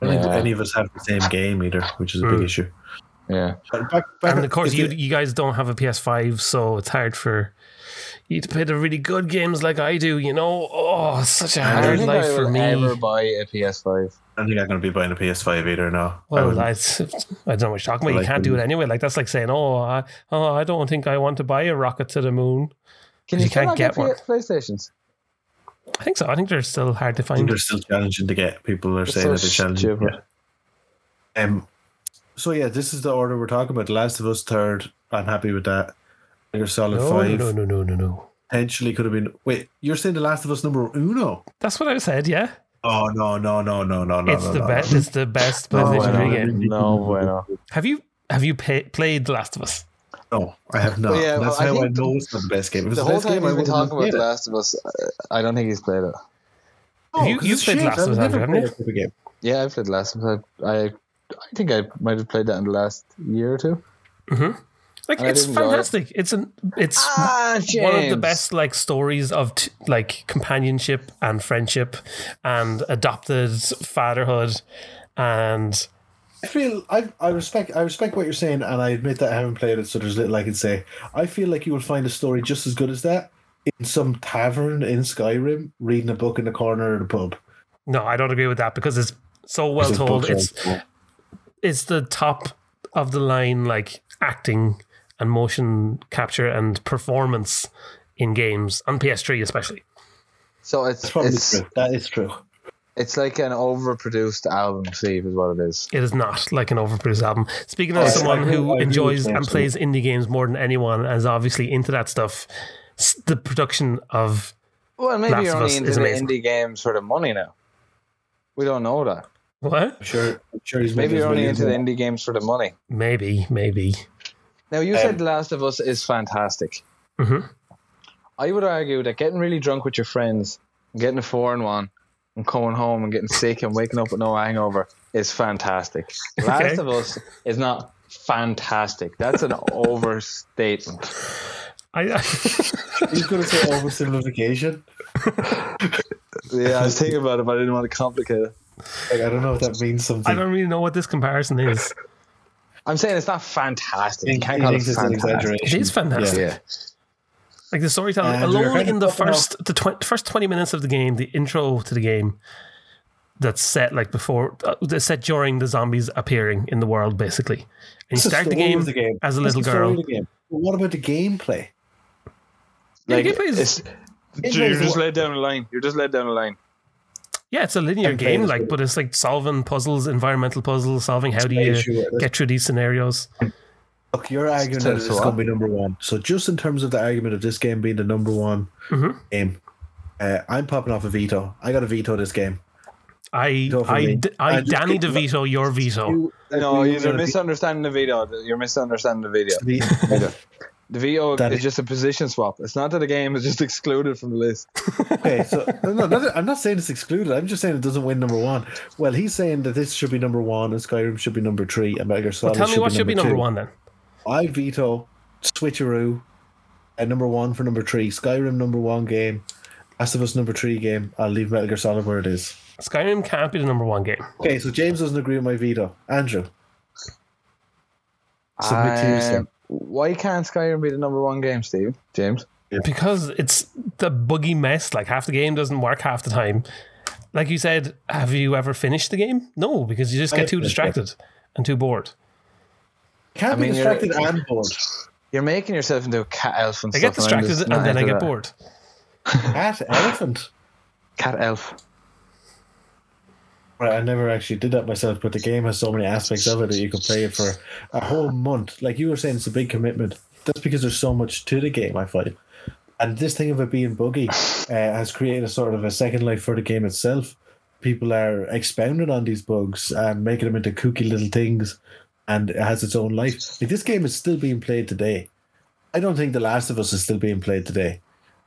I don't think
Yeah.
any of us have the same game either, which is a big
Mm.
issue.
Yeah.
Hmm. But back- back-
And of course,
if
you you guys don't have a PS5, so it's hard for you to play the really good games like I do. You know, oh, it's such a
I don't
hard
think
life
I
for
will
me.
ever buy a PS5.
I don't think I'm going to be buying a PS5 either. No, I
Well,
wouldn't.
I, I don't know what you're talking about.
Like
you can't do it anyway. Like that's like saying, oh, I, oh, I don't think I want to buy a rocket to the moon.
Can
You
you, still
can't
not get,
get one.
P- PlayStations?
I think so. I think they're still hard to
I think
find.
they're still challenging to get. People are saying
so
that they're challenging. to
stupid.
get. Um, so yeah, this is the order we're talking about. The Last of Us third. I'm happy with that. Your solid
No,
five
no, no, no, no, no.
potentially could have been. Wait, you're saying The Last of Us number uno?
That's what I said. Yeah,
Oh no no no no no no!
it's
no,
the
no,
best. It's the best
Oh,
PlayStation
bueno.
three game.
No bueno.
Have you have you pay, played The Last of Us?
No, I have not.
Well, yeah,
That's
well, I
how I,
think
know it's not the best game. If it was
The whole
best
time
game,
we've
I
been
wouldn't have
talking about
played
The
it.
Last of Us, uh, I- I don't think he's played it.
No,
You- you've
'cause Oh, it's
played
shit.
Last of Us,
I've never
haven't you?
played that type of game.
Yeah, I've played The Last of Us. I, I, I think I might have played that in the last year or two.
Like
I
it's
didn't Ah, enjoy it.
fantastic. It's an it's one of the best like stories of t- like companionship and friendship and adopted fatherhood and
I feel I I respect I respect what you're saying, and I admit that I haven't played it, so there's little I can say. I feel like you will find a story just as good as that in some tavern in Skyrim, reading a book in the corner of the pub.
no i don't agree with that because it's so well
It's a
told
book
it's
on-
it's the top of the line like acting and motion capture and performance in games on ps3 especially
So it's
That's probably
it's,
true. That is true.
it's like an overproduced album, Steve, is what it is.
it is not like an overproduced album speaking of
Yes, I
someone
agree- I
who
agree with
enjoys
you,
and plays indie games more than anyone and is obviously into that stuff s- the production of
Well, maybe
Last
you're
of Us
only into
is
the
amazing.
indie games for the money now. We don't know that.
what?
I'm sure, I'm sure he's
Maybe
making
you're
his
only
millions
into the
now.
indie games for the money.
Maybe, maybe.
Now you
Um,
said The Last of Us is fantastic.
Mhm.
I would argue that getting really drunk with your friends, getting a foreign one, and coming home and getting sick and waking up with no hangover is fantastic. Last of Us is not fantastic. That's an overstatement.
I,
He's going to say oversimplification.
Yeah, I was thinking about it, but I didn't want to complicate it.
Like, I don't know if that means
I
something.
don't really know what this comparison is.
I'm saying it's not fantastic. You
think
can't call it
it's an
fantastic.
It
exaggeration.
is fantastic.
Yeah.
Like the storytelling
Uh, we were
alone
kind
in
of
the
talking about-
first the tw- first twenty minutes of the game, the intro to the game that's set like before uh, that's set during the zombies appearing in the world, basically. And you
It's the
start the
story
game,
of the game.
as a
That's
little
the story
girl.
of the game. But What about the gameplay?
Yeah,
Like,
gameplay is-
it's-
gameplay
you're
is
just
what-
led down a line. You're just led down a line.
Yeah, it's a linear
And
game,
players
like,
with
but it's like solving puzzles, environmental puzzles, solving how do you
Yeah, sure.
get through these scenarios.
Look, you're arguing
So-
that it's
so
going
what?
to be number one. So, just in terms of the argument of this game being the number one
Mhm.
game, uh, I'm popping off a veto. I got to veto this game.
I,
Go for
I,
me.
d- I,
I just
Danny
think-
DeVito, your veto.
You-
No,
you-
you're misunderstanding the video. You're misunderstanding the video.
the-
The VO
That
is
is-
just a position swap. It's not that the game is just excluded from the list.
okay, so no, no, not- I'm not saying it's excluded. I'm just saying it doesn't win number one. Well, he's saying that this should be number one, and Skyrim should be number three, and Metal Gear Solid
Tell me
should
what
be
should be number
two.
one then.
I veto Switcheroo at number one for number three. Skyrim number one game. Last of Us number three game. I'll leave Metal Gear Solid where it is.
Skyrim can't be the number one game.
Okay, so James doesn't agree with my veto. Andrew, Submit to you, Steve.
Um, why can't Skyrim be the number one game, Steve? James?
because it's the buggy mess. Like half the game doesn't work half the time. Like you said, have you ever finished the game? No, because you just
I
get
have
too
finished it.
distracted and too bored.
can't
I
be
mean, you're-
distracted and bored.
You're making yourself into a cat elf and
I
stuff.
get distracted and, then I get bored.
Cat elephant.
Cat elf.
Right, I never actually did that myself, but the game has so many aspects of it that you could play it for a whole month. Like you were saying, it's a big commitment. That's because there's so much to the game, I find. And this thing of it being buggy uh, has created a sort of a second life for the game itself. People are expounding on these bugs and making them into kooky little things, and it has its own life. Like this game is still being played today. I don't think The Last of Us is still being played today.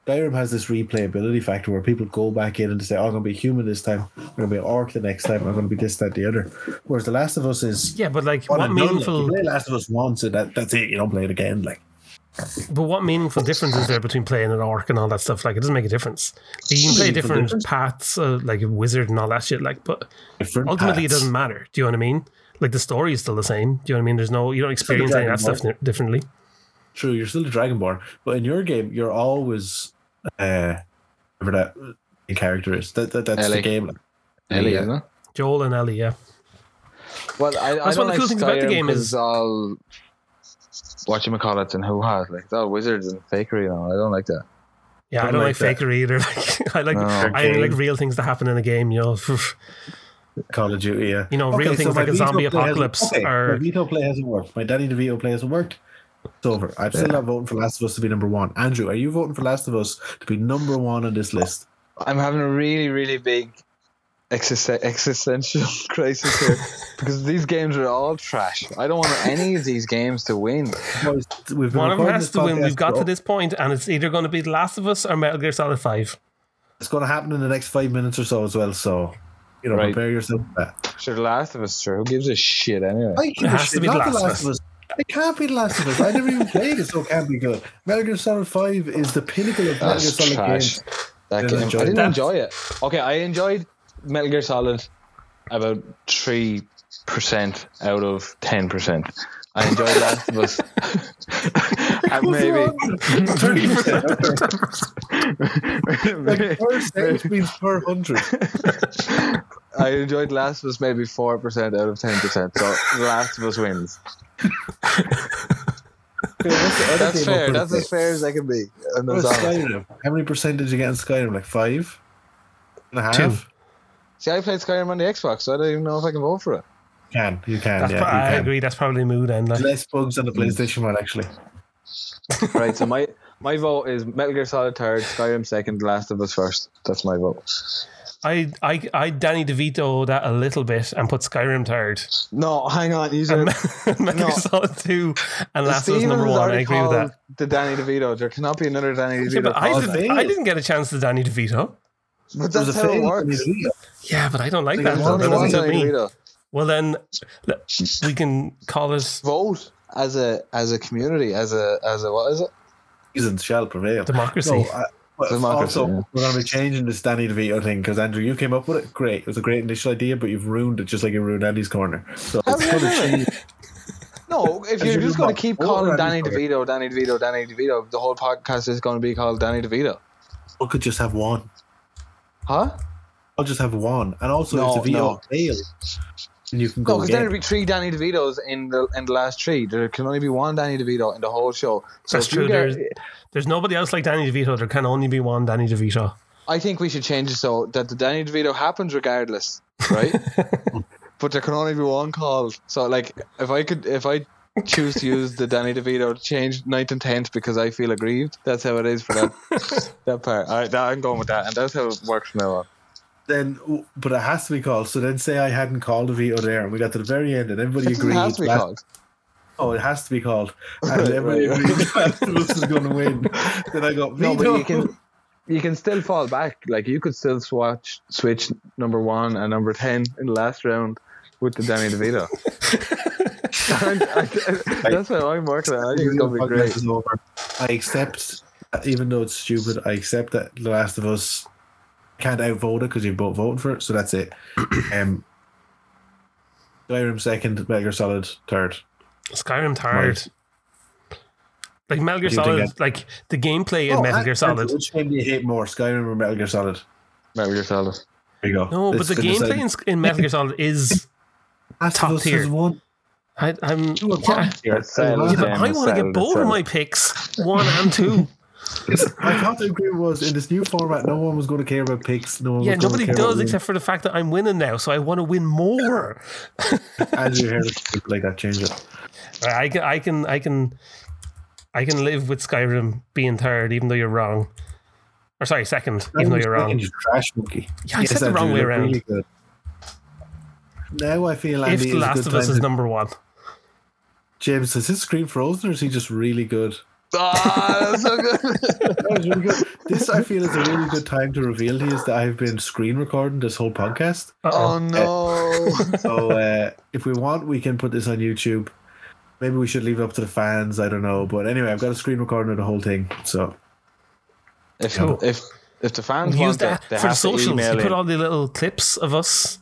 Skyrim has this replayability factor where people go back in and they say, oh, I'm going to be a human this time. I'm going to be an orc the next time. I'm going to be this, that, the other. Whereas The Last of Us is.
Yeah, but like,
one
what
and done. Like,
meaningful?
You play Last of Us once and that, that's it. You don't play it again. Like,
But what meaningful difference is there between playing an orc and all that stuff? Like, it doesn't make a difference. Like, you can play
Meaningful
different
difference?
paths, uh, like a wizard and all that shit. Like, but
different
ultimately,
paths.
it doesn't matter. Do you know what I mean? Like, the story is still the same. Do you know what I mean? There's no, you don't experience any of that
Dragon
stuff ni- differently.
True, you're still the Dragonborn, but in your game, you're always uh, whatever that character is. That, that that's
Ellie.
the game.
Ellie,
Yeah.
isn't it?
Joel and Ellie, yeah.
Well, I, I
That's
don't
one of the
like
cool things about the
Skyrim
game
'cause
is-
it's all whatchamacallits and hoo ha's. Like, it's all wizards and fakery and all. I don't like that.
Yeah, I
Don't
don't like
like that.
fakery either. Like, I like
No.
Oh,
I only like real things that happen in a game. You know,
Call of Duty, yeah.
You know, real things
my
like a
veto
zombie
play hasn't-
apocalypse
okay,
are-
My veto play hasn't worked. My Danny DeVito play hasn't worked. It's over. I'm still not voting for Last of Us to be number one. Andrew, are you voting for Last of Us to be number one on this list?
I'm having a really, really big exis- existential crisis here because these games are all trash. I don't want any of these games to win.
Boys, We've been
one of them
recording
has
this
to win.
podcast
We've got to
for-
this point, and it's either going to be The Last of Us or Metal Gear Solid Five.
It's going to happen in the next five minutes or so as well. So, you know,
Right.
prepare yourself for that.
Sure, The Last of Us, sure. Who gives a shit anyway?
I give
It
a
has to
shit.
be The
Not the
Last of
Last of Us. It can't be The Last of Us. I never even played it, so it can't be good. Metal Gear Solid 5 is the pinnacle of Metal Gear
That's
Solid
trash.
games.
That
Didn't
game, I
enjoy
didn't
that.
enjoy it. Okay, I enjoyed Metal Gear Solid about three percent out of ten percent. I enjoyed Last of Us. At maybe
Thirty percent. Like per cent means per hundred.
I enjoyed Last of Us maybe four percent out of ten percent. So The Last of Us wins. That's fair. That's as fair as I can be. And that's all.
Skyrim. How many percent did you get in Skyrim? Like five and a half.
Two.
See, I played Skyrim on the Xbox, so I don't even know if I can vote for it.
Can you can?
That's
yeah,
pro- I
you can.
agree. That's probably mood and like,
Less bugs on the PlayStation one actually.
Right. So my My vote is Metal Gear Solid third, Skyrim second, Last of Us first. That's my vote.
I, I, I Danny DeVito that a little bit and put Skyrim third.
No, hang on. You said
Metal
No.
Gear Solid 2 and Last of Us
Steven
number
has
1. I
already
agree with
called
that.
The Danny DeVito. There cannot be another Danny DeVito.
Yeah, but I,
called
did,
that.
I didn't get a chance to Danny DeVito.
But
There's
that's how it
fail.
works.
Yeah, but I don't like that.
there's
though.
only
That
one
doesn't suit
Danny
me.
DeVito.
Well, then le- we can call it
Vote as a as a community as a as a what is it?
Reasons shall prevail.
democracy.
No, I, but
Democracy,
also,
yeah.
we're going to be changing this Danny DeVito thing because Andrew, you came up with it. Great, it was a great initial idea, but you've ruined it just like you ruined Andy's corner. So
How
it's
can
gonna
you do
change.
No, if
As
you're
you
just
do
going
not
to keep
vote
calling
around
Danny
each other.
DeVito, Danny DeVito, Danny DeVito, the whole podcast is going to be called Danny DeVito.
I could just have one.
Huh?
I'll just have one, and also
No,
if the
no.
VO fails, then you can
No,
go
because then
again.
there'd be three Danny DeVitos in the in the last three. There can only be one Danny DeVito in the whole show. So
That's
if you
true.
get-
There's, there's nobody else like Danny DeVito. There can only be one Danny DeVito.
I think we should change it so that the Danny DeVito happens regardless, right? but there can only be one called. So like, if I could, if I choose to use the Danny DeVito to change ninth and tenth because I feel aggrieved, that's how it is for that that part. All right, that, I'm going with that, and that's how it works from now on.
Then, but it has to be called. So then, say I hadn't called the veto there, and we got to the very end, and everybody
It doesn't
agreed.
have to be
last-
called.
Oh, it has to be called, and everybody
right, right.
agreed last of us is going to win. Then I got veto.
No, but you can you can still fall back. Like you could still swatch switch number one and number ten in the last round with the Danny DeVito. that's what I'm working on. I think it's gonna be
Podcast
great.
is over. I accept, uh, even though it's stupid. I accept that The Last of Us can't outvote it because you both voted for it. So that's it. um, Skyrim second, Metal Gear Solid third.
Skyrim third. Like Metal Gear
Do you think
Solid, like the gameplay
Oh,
in Metal Gear Solid.
Oh, Which game do you hate more, Skyrim or Metal Gear Solid?
Metal Gear Solid.
There you go.
No, but the gameplay in, in Metal Gear Solid is. top tier.
One.
I, I'm.
Two are
Yeah,
top tier.
That's solid.
yeah, but
Yeah,
I
it's
want to
settled,
get
it's
both of
settled.
my picks, one and two.
My counter agreement was in this new format, no one was going to care about picks. No one
Yeah,
was gonna
nobody
care
does
about
except for the fact that I'm winning now, so I want to win more.
as you hear it, like that change it.
I can, I can, I can, I can live with Skyrim being third, even though you're wrong. Or sorry, second, even though you're wrong.
You trash monkey.
Yeah, I said the
Andrew,
wrong way
you're
around.
really good. now I feel
if
Andy
The
is
Last
a
of
good
Us
time
is
to-
number one,
James, is his screen frozen or is he just really good?
Ah, that's so good.
That was really good. this I feel is a really good time to reveal to you is that I've been screen recording this whole podcast.
Uh-oh.
oh no.
So uh, if we want, we can put this on YouTube. Maybe we should leave it up to the fans. I don't know. But anyway, I've got a screen recording of the whole thing. So
If
Cool.
if if the fans
use
want
that
it, they
for the
have to
socials.
email
You put
in.
all the little clips of us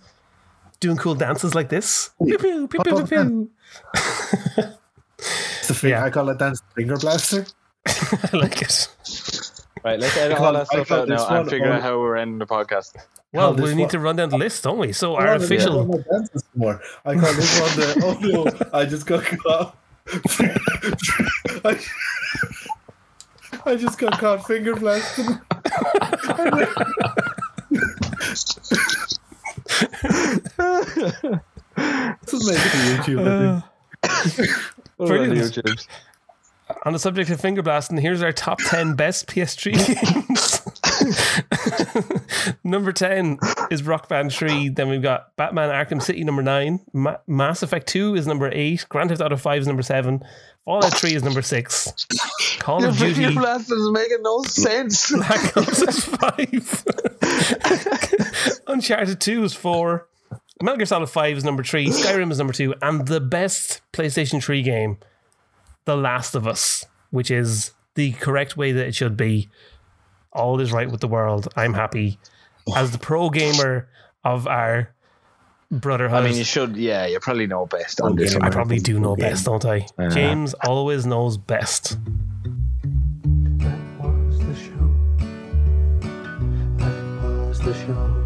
doing cool dances like this. Pew, pew, pew, pew, pew, pew.
it's the thing
Yeah.
I call it dance finger blaster.
I like it.
Right, let's edit
call-
all that
I
stuff
call
out
this
now
one
and figure
all-
out how we're ending the podcast.
Well,
Call this
we need
one-
to run down the list, don't we? So our official
I, don't know dances anymore. I call this one the oh no, I just got caught. I, I just got caught finger blasting. this is made for YouTube. I think.
What about
Brilliant.
the YouTubes?
on the subject of finger blasting, here's our top 10 best PS3 games. number 10 is Rock Band 3. Then we've got Batman Arkham City, number 9. Ma- Mass Effect 2 is number 8. Grand Theft Auto 5 is number 7. Fallout 3 is number 6. Call
Your
of
video
Duty.
blast is making no sense.
Black Ops is 5. Uncharted 2 is 4. Metal Gear Solid 5 is number 3. Skyrim is number 2. And the best PlayStation 3 game, The Last of Us, which is the correct way that it should be. All is right with the world. I'm happy. As the pro gamer of our brotherhood,
I mean, you should. Yeah, you probably know best on this.
I
one.
probably do know best, don't I? James always knows best.
That was the show. That was the show.